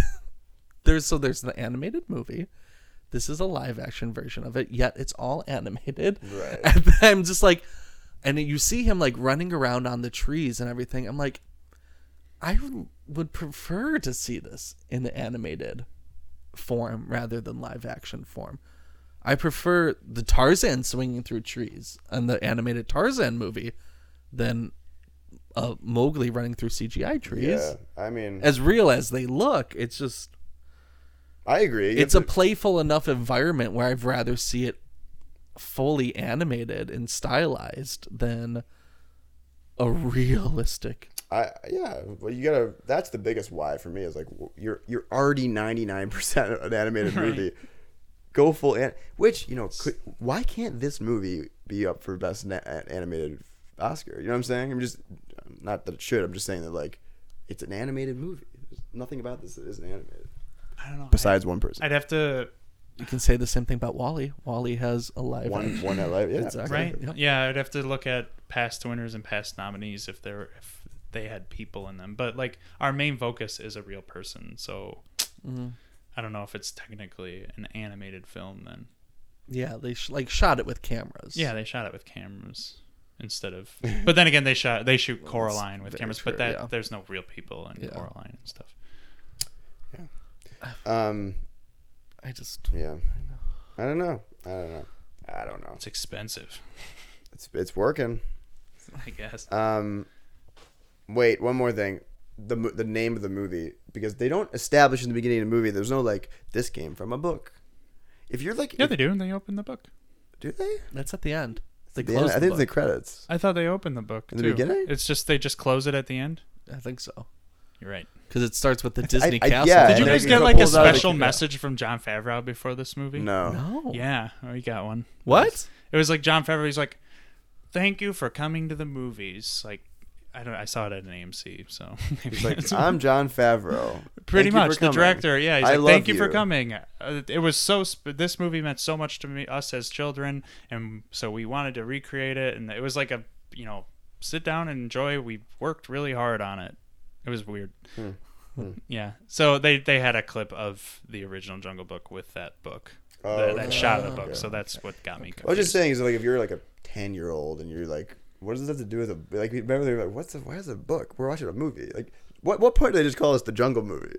Speaker 4: there's so there's the animated movie. This is a live action version of it, yet it's all animated. Right. And then I'm just like, and you see him like running around on the trees and everything. I'm like, I would prefer to see this in the animated form rather than live action form. I prefer the Tarzan swinging through trees and the animated Tarzan movie than uh, Mowgli running through CGI trees.
Speaker 3: Yeah, I mean,
Speaker 4: As real as they look, it's just
Speaker 3: I agree.
Speaker 4: it's a playful enough environment where I'd rather see it fully animated and stylized than a realistic.
Speaker 3: I yeah. Well, you gotta. That's the biggest why for me is like w- you're you're already ninety nine percent an animated movie. Go full an. Which you know, could, why can't this movie be up for best na- a- animated Oscar? You know what I'm saying? I'm just not that it should. I'm just saying that like it's an animated movie. There's nothing about this that isn't animated.
Speaker 2: I don't know.
Speaker 3: Besides one person,
Speaker 2: I'd have to
Speaker 4: You can say the same thing about Wally. Wally has a
Speaker 2: (laughs)
Speaker 4: live
Speaker 3: one
Speaker 4: action-
Speaker 3: one that like yeah.
Speaker 4: Exactly.
Speaker 2: right.
Speaker 4: Yep.
Speaker 2: Yeah, I'd have to look at past winners and past nominees if they're if they had people in them. But like our main focus is a real person, so
Speaker 4: Mm-hmm.
Speaker 2: I don't know if it's technically an animated film. Then
Speaker 4: Yeah, they sh- like shot it with cameras.
Speaker 2: yeah, they shot it with cameras instead of. But then again, they shot they shoot Coraline with
Speaker 4: very
Speaker 2: cameras,
Speaker 4: true,
Speaker 2: but that
Speaker 4: yeah.
Speaker 2: there's no real people in
Speaker 4: Yeah.
Speaker 2: Coraline and stuff.
Speaker 3: Um.
Speaker 4: I just
Speaker 3: Yeah. I don't know. I don't know. I don't know.
Speaker 2: It's expensive,
Speaker 3: It's it's working.
Speaker 4: (laughs)
Speaker 2: I guess.
Speaker 3: Um, wait, one more thing. The mo- the name of the movie because they don't establish in the beginning of the movie. There's no like this came from a book. If you're like,
Speaker 2: yeah,
Speaker 3: if-
Speaker 2: they do. They open the book.
Speaker 3: do they?
Speaker 4: that's at the end. They
Speaker 3: Yeah, I
Speaker 4: close.
Speaker 3: think
Speaker 4: the
Speaker 3: it's the
Speaker 4: book.
Speaker 3: credits.
Speaker 2: I thought they opened the book
Speaker 3: In the
Speaker 2: too.
Speaker 3: beginning?
Speaker 2: It's just they just close it at the end.
Speaker 4: I think so
Speaker 2: You're right.
Speaker 4: because it starts with the Disney
Speaker 3: (laughs) I-
Speaker 4: castle.
Speaker 3: yeah,
Speaker 2: Did you
Speaker 3: and
Speaker 2: guys
Speaker 3: then
Speaker 2: get
Speaker 3: it
Speaker 2: like a
Speaker 3: pulls out of the-
Speaker 2: special Oh. message from John Favreau before this movie?
Speaker 3: No.
Speaker 4: No.
Speaker 2: Yeah, we got one.
Speaker 4: What?
Speaker 2: It was like John Favreau. He's like, "Thank you for coming to the movies." Like, I don't. I saw it at an AMC, so (laughs) maybe
Speaker 3: It's like
Speaker 2: that's-
Speaker 3: I'm John Favreau.
Speaker 2: pretty
Speaker 3: Thank you for
Speaker 2: much the
Speaker 3: coming.
Speaker 2: director. Yeah, he's
Speaker 3: I
Speaker 2: like, "Thank
Speaker 3: love
Speaker 2: you, for coming." Uh, it was so. Sp- this movie meant so much to me, us as children, and so we wanted to recreate it. And it was like a, you know, sit down and enjoy. We worked really hard on it. It was weird.
Speaker 3: Hmm.
Speaker 2: (laughs) Yeah. So they they had a clip of the original Jungle Book with that book.
Speaker 3: Oh,
Speaker 2: that,
Speaker 3: okay.
Speaker 2: that shot of the book. So that's what got me.
Speaker 3: I was just
Speaker 2: Confused.
Speaker 3: saying is like if you're like a ten year old and you're like, what does this have to do with a like? Remember they were like, what's the why is a book? We're watching a movie. Like, what what point did they just call this the Jungle Movie?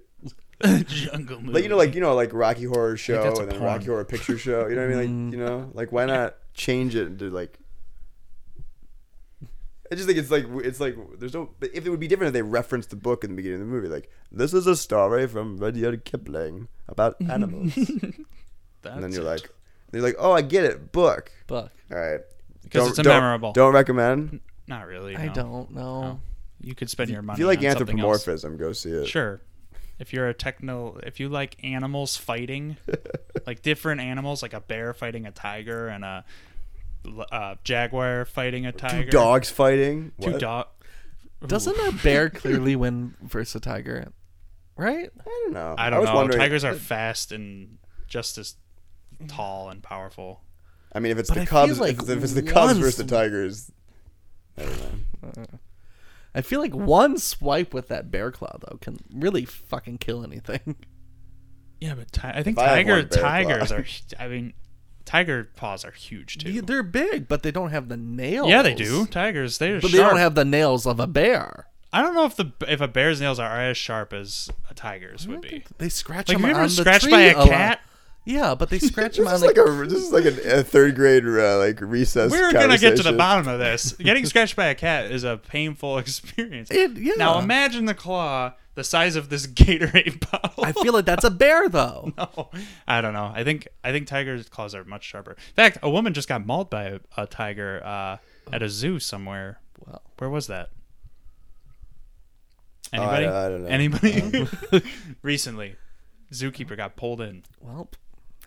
Speaker 2: (laughs) Jungle movie.
Speaker 3: Like you know, like you know, like Rocky Horror Show
Speaker 2: that's a Mm.
Speaker 3: and then
Speaker 2: porn.
Speaker 3: Rocky
Speaker 2: (laughs)
Speaker 3: Horror Picture Show. You know what I mean? Like you know, like why not change it into like? I just think it's like it's like there's no. But if it would be different if they referenced the book in the beginning of the movie, like this is a story from Rudyard Kipling
Speaker 2: (laughs)
Speaker 3: about animals, and
Speaker 2: That's
Speaker 3: then you're
Speaker 2: it.
Speaker 3: like, they're like, oh, I get it, book.
Speaker 4: Buck.
Speaker 3: All right,
Speaker 2: 'Cause
Speaker 3: Don't-
Speaker 2: it's a
Speaker 3: don't-
Speaker 2: memorable.
Speaker 3: Don't recommend.
Speaker 2: not really.
Speaker 4: I
Speaker 2: no.
Speaker 4: don't know.
Speaker 2: No. You could spend your money.
Speaker 3: If you like
Speaker 2: on something else.
Speaker 3: anthropomorphism, go see it.
Speaker 2: Sure. If you're a techno, if you like animals
Speaker 4: (laughs)
Speaker 2: fighting, like different animals, like a bear fighting a tiger and a uh, jaguar fighting a tiger,
Speaker 3: Two dogs fighting.
Speaker 2: two
Speaker 3: What?
Speaker 2: dog.
Speaker 4: Doesn't
Speaker 2: (laughs)
Speaker 4: a bear clearly win versus a tiger? Right?
Speaker 3: I don't know.
Speaker 2: I don't
Speaker 3: was
Speaker 2: know.
Speaker 3: Wondering,
Speaker 2: Tigers are fast and just as tall and powerful.
Speaker 3: I mean, if it's
Speaker 4: But
Speaker 3: the
Speaker 4: I feel
Speaker 3: Cubs,
Speaker 4: like
Speaker 3: if it's the Cubs
Speaker 4: once-
Speaker 3: versus the Tigers,
Speaker 4: I feel like one swipe with that bear claw though can really fucking kill anything.
Speaker 2: (laughs) Yeah, but ti- I think
Speaker 3: If I had
Speaker 2: tiger
Speaker 3: one bear
Speaker 2: tigers
Speaker 4: (laughs)
Speaker 2: are.
Speaker 3: claw.
Speaker 2: I mean, tiger paws are huge too.
Speaker 4: Yeah, They're big, but they don't have the nails.
Speaker 2: Yeah, they do. Tigers, they're
Speaker 4: But
Speaker 2: sharp.
Speaker 4: they don't have the nails of a bear.
Speaker 2: I don't know if the if a bear's nails are as sharp as a tiger's would be.
Speaker 4: They scratch
Speaker 2: Like,
Speaker 4: them
Speaker 2: have you
Speaker 4: on
Speaker 2: ever
Speaker 4: the
Speaker 2: scratched
Speaker 4: tree
Speaker 2: by a
Speaker 4: lot.
Speaker 2: cat?
Speaker 4: Yeah,
Speaker 3: (laughs)
Speaker 4: but they scratch them
Speaker 3: This
Speaker 4: on
Speaker 3: is
Speaker 4: like
Speaker 3: like a this is like an- a, third grade uh, like recess.
Speaker 2: We're gonna get to the
Speaker 3: conversation. (laughs)
Speaker 2: bottom of this. Getting scratched by a cat is a painful (laughs) experience.
Speaker 4: It- yeah.
Speaker 2: Now imagine the claw the size of this (laughs) Gatorade bottle.
Speaker 4: I feel like that's a bear though.
Speaker 2: (laughs) no, I don't know. I think I think tiger's claws are much sharper. In fact, a woman just got mauled by a, a tiger uh, at a zoo somewhere.
Speaker 4: Well.
Speaker 2: where was that?
Speaker 3: I-
Speaker 2: Anybody?
Speaker 3: I don't know.
Speaker 2: Anybody? (laughs) Recently, zookeeper got pulled in.
Speaker 4: Well,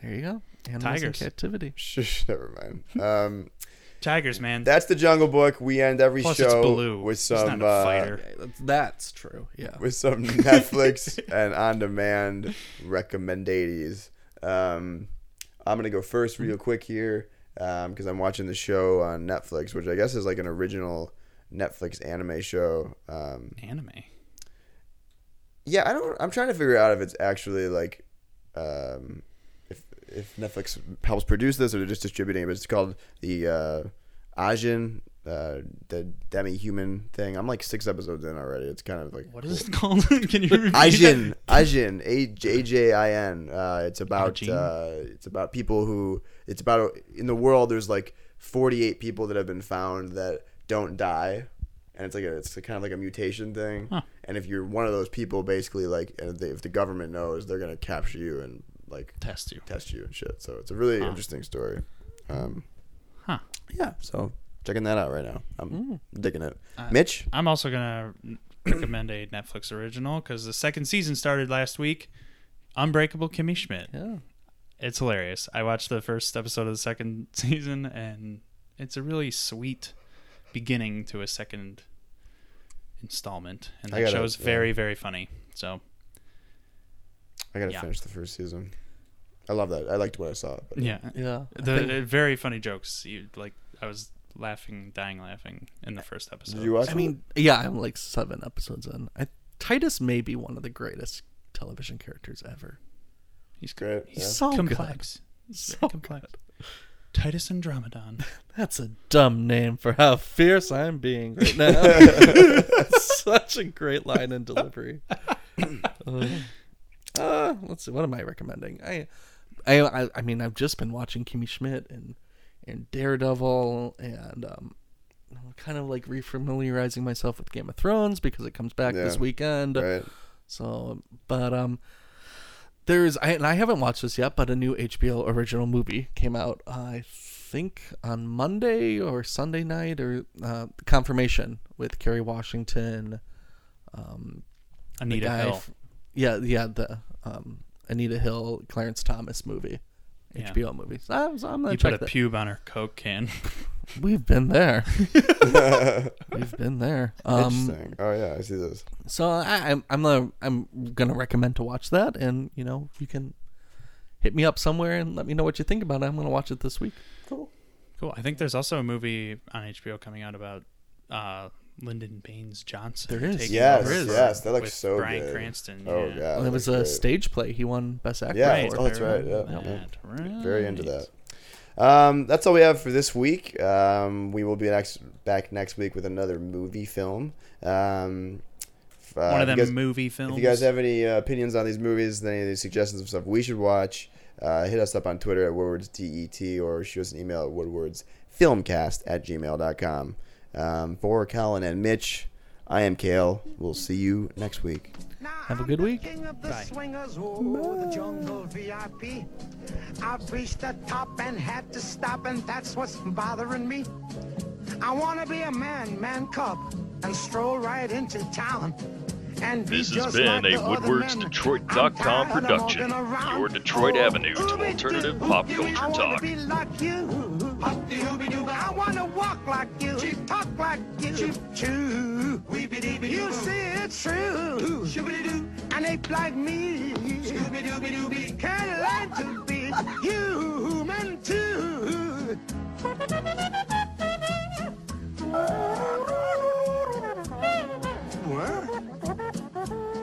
Speaker 4: there you go. Animals in
Speaker 2: Tigers.
Speaker 4: captivity.
Speaker 3: Shh, never mind. Um,
Speaker 2: Tigers, man.
Speaker 3: That's the Jungle Book. We end every
Speaker 2: Plus,
Speaker 3: show
Speaker 2: it's Baloo.
Speaker 3: with
Speaker 2: He's
Speaker 3: some
Speaker 2: not a
Speaker 3: uh,
Speaker 2: fighter.
Speaker 4: That's, that's true. Yeah.
Speaker 2: (laughs)
Speaker 3: with some Netflix and on demand recommendaties. Um, I'm gonna go first real quick here because I'm watching the show on Netflix, which I guess is like an original Netflix anime show. Um,
Speaker 2: Anime.
Speaker 3: yeah, I don't. I'm trying to figure out if it's actually like um, if if Netflix helps produce this or they're just distributing it. But it's called the uh, Ajin, uh, the demi-human thing. I'm like six episodes in already. It's kind of like
Speaker 2: What is it called? (laughs) Can you repeat
Speaker 3: Ajin,
Speaker 2: it?
Speaker 3: Ajin, A J J I N. Uh, It's about
Speaker 2: Ajin?
Speaker 3: uh, it's about people who it's about in the world. There's like 48 people that have been found that don't die, and it's like a, it's kind of like a mutation thing. And if you're one of those people, basically like and if, they, if the government knows, they're gonna capture you and like
Speaker 2: Test you.
Speaker 3: test you and shit. So it's a really interesting story. Um,
Speaker 2: Huh. Hmm.
Speaker 3: yeah. So checking that out right now. I'm digging it.
Speaker 2: Uh,
Speaker 3: Mitch,
Speaker 2: I'm also gonna (clears throat) recommend a Netflix original because the second season started last week. Unbreakable Kimmy Schmidt.
Speaker 4: Yeah.
Speaker 2: It's hilarious. I watched the first episode of the second (laughs) season, and it's a really sweet beginning to a second installment. And
Speaker 3: I
Speaker 2: that
Speaker 3: gotta-
Speaker 2: show is
Speaker 3: yeah.
Speaker 2: very, very funny. So
Speaker 3: I gotta
Speaker 2: Yeah.
Speaker 3: finish the first season. I love that. I liked when I saw it. But
Speaker 2: yeah,
Speaker 4: Yeah. I
Speaker 2: the
Speaker 4: think-
Speaker 2: uh, very funny jokes. You like, I was laughing, dying laughing in the first episode.
Speaker 3: Did you watch?
Speaker 4: I mean, yeah, I'm like seven episodes in. I, Titus may be one of the greatest television characters ever.
Speaker 2: He's great.
Speaker 3: great.
Speaker 4: He's
Speaker 3: yeah.
Speaker 4: so complex.
Speaker 2: complex. He's very complex. Titus
Speaker 4: (laughs)
Speaker 2: Andromedon.
Speaker 4: That's a dumb name for how fierce I'm being
Speaker 3: (laughs)
Speaker 4: right now. (laughs) Such a great line and delivery. Uh, uh, let's see. What am I recommending? I, I, I, I mean, I've just been watching Kimmy Schmidt and and Daredevil and um, I'm kind of like refamiliarizing myself with Game of Thrones because it comes back this
Speaker 3: Yeah,
Speaker 4: weekend.
Speaker 3: Right.
Speaker 4: So, but um, there's I and I haven't watched this yet, but a new HBO original movie came out. Uh, I think on Monday or Sunday night or uh, confirmation with Kerry Washington, the
Speaker 2: Anita
Speaker 4: guy
Speaker 2: Hill.
Speaker 4: f- yeah, yeah, the um, Anita Hill, Clarence Thomas movie.
Speaker 2: Yeah.
Speaker 4: HBO movie. So I'm, so I'm gonna
Speaker 2: You put
Speaker 4: check
Speaker 2: a
Speaker 4: that.
Speaker 2: pube on her Coke can. (laughs)
Speaker 4: We've been there. We've been there. Um,
Speaker 3: Interesting. Oh yeah, I see this.
Speaker 4: So I, I'm I'm gonna, I'm gonna recommend to watch that, and you know you can hit me up somewhere and let me know what you think about it. I'm gonna watch it this week.
Speaker 2: cool. I think there's also a movie on HBO coming out about uh, Lyndon Baines Johnson.
Speaker 4: There is.
Speaker 2: taking
Speaker 3: Yes,
Speaker 2: over
Speaker 3: yes, that looks
Speaker 2: with
Speaker 3: so
Speaker 2: Bryan
Speaker 3: good.
Speaker 2: Cranston.
Speaker 3: Oh
Speaker 2: yeah.
Speaker 3: yeah.
Speaker 4: And it was a stage play. He won Best Actor.
Speaker 3: Yeah.
Speaker 2: Right.
Speaker 4: for.
Speaker 3: Oh, that's right. Yeah.
Speaker 2: That,
Speaker 3: yeah.
Speaker 2: right.
Speaker 3: Very into that. Um, that's all we have for this week. Um, we will be next back next week with another movie film. Um, f- uh,
Speaker 2: One of
Speaker 3: if you
Speaker 2: them
Speaker 3: guys-
Speaker 2: movie films.
Speaker 3: If you guys have any uh, opinions on these movies, any of these suggestions of stuff we should watch, uh, hit us up on Twitter at WoodwardsDET or shoot us an email at WoodwardsFilmcast at gmail.com. Um, for Colin and Mitch, I am Kale. We'll see you next week.
Speaker 4: Have a good week.
Speaker 5: King of the swingers, oh, the jungle VIP. I've reached the top and had to stop, and that's what's bothering me. I wanna be a man, man cub, and stroll right into town. And be
Speaker 1: This has
Speaker 5: just
Speaker 1: been
Speaker 5: like
Speaker 1: a
Speaker 5: the other
Speaker 1: Woodward's
Speaker 5: men.
Speaker 1: Detroit.com
Speaker 5: I'm tired of
Speaker 1: production,
Speaker 5: walking around.
Speaker 1: your Detroit avenue to
Speaker 5: ooby-doo,
Speaker 1: alternative pop
Speaker 5: ooby-doo,
Speaker 1: culture
Speaker 5: I wanna
Speaker 1: talk.
Speaker 5: be like you. I wanna walk like you, talk like you, chew. You see it's true. An ape like me can learn to be human too. What?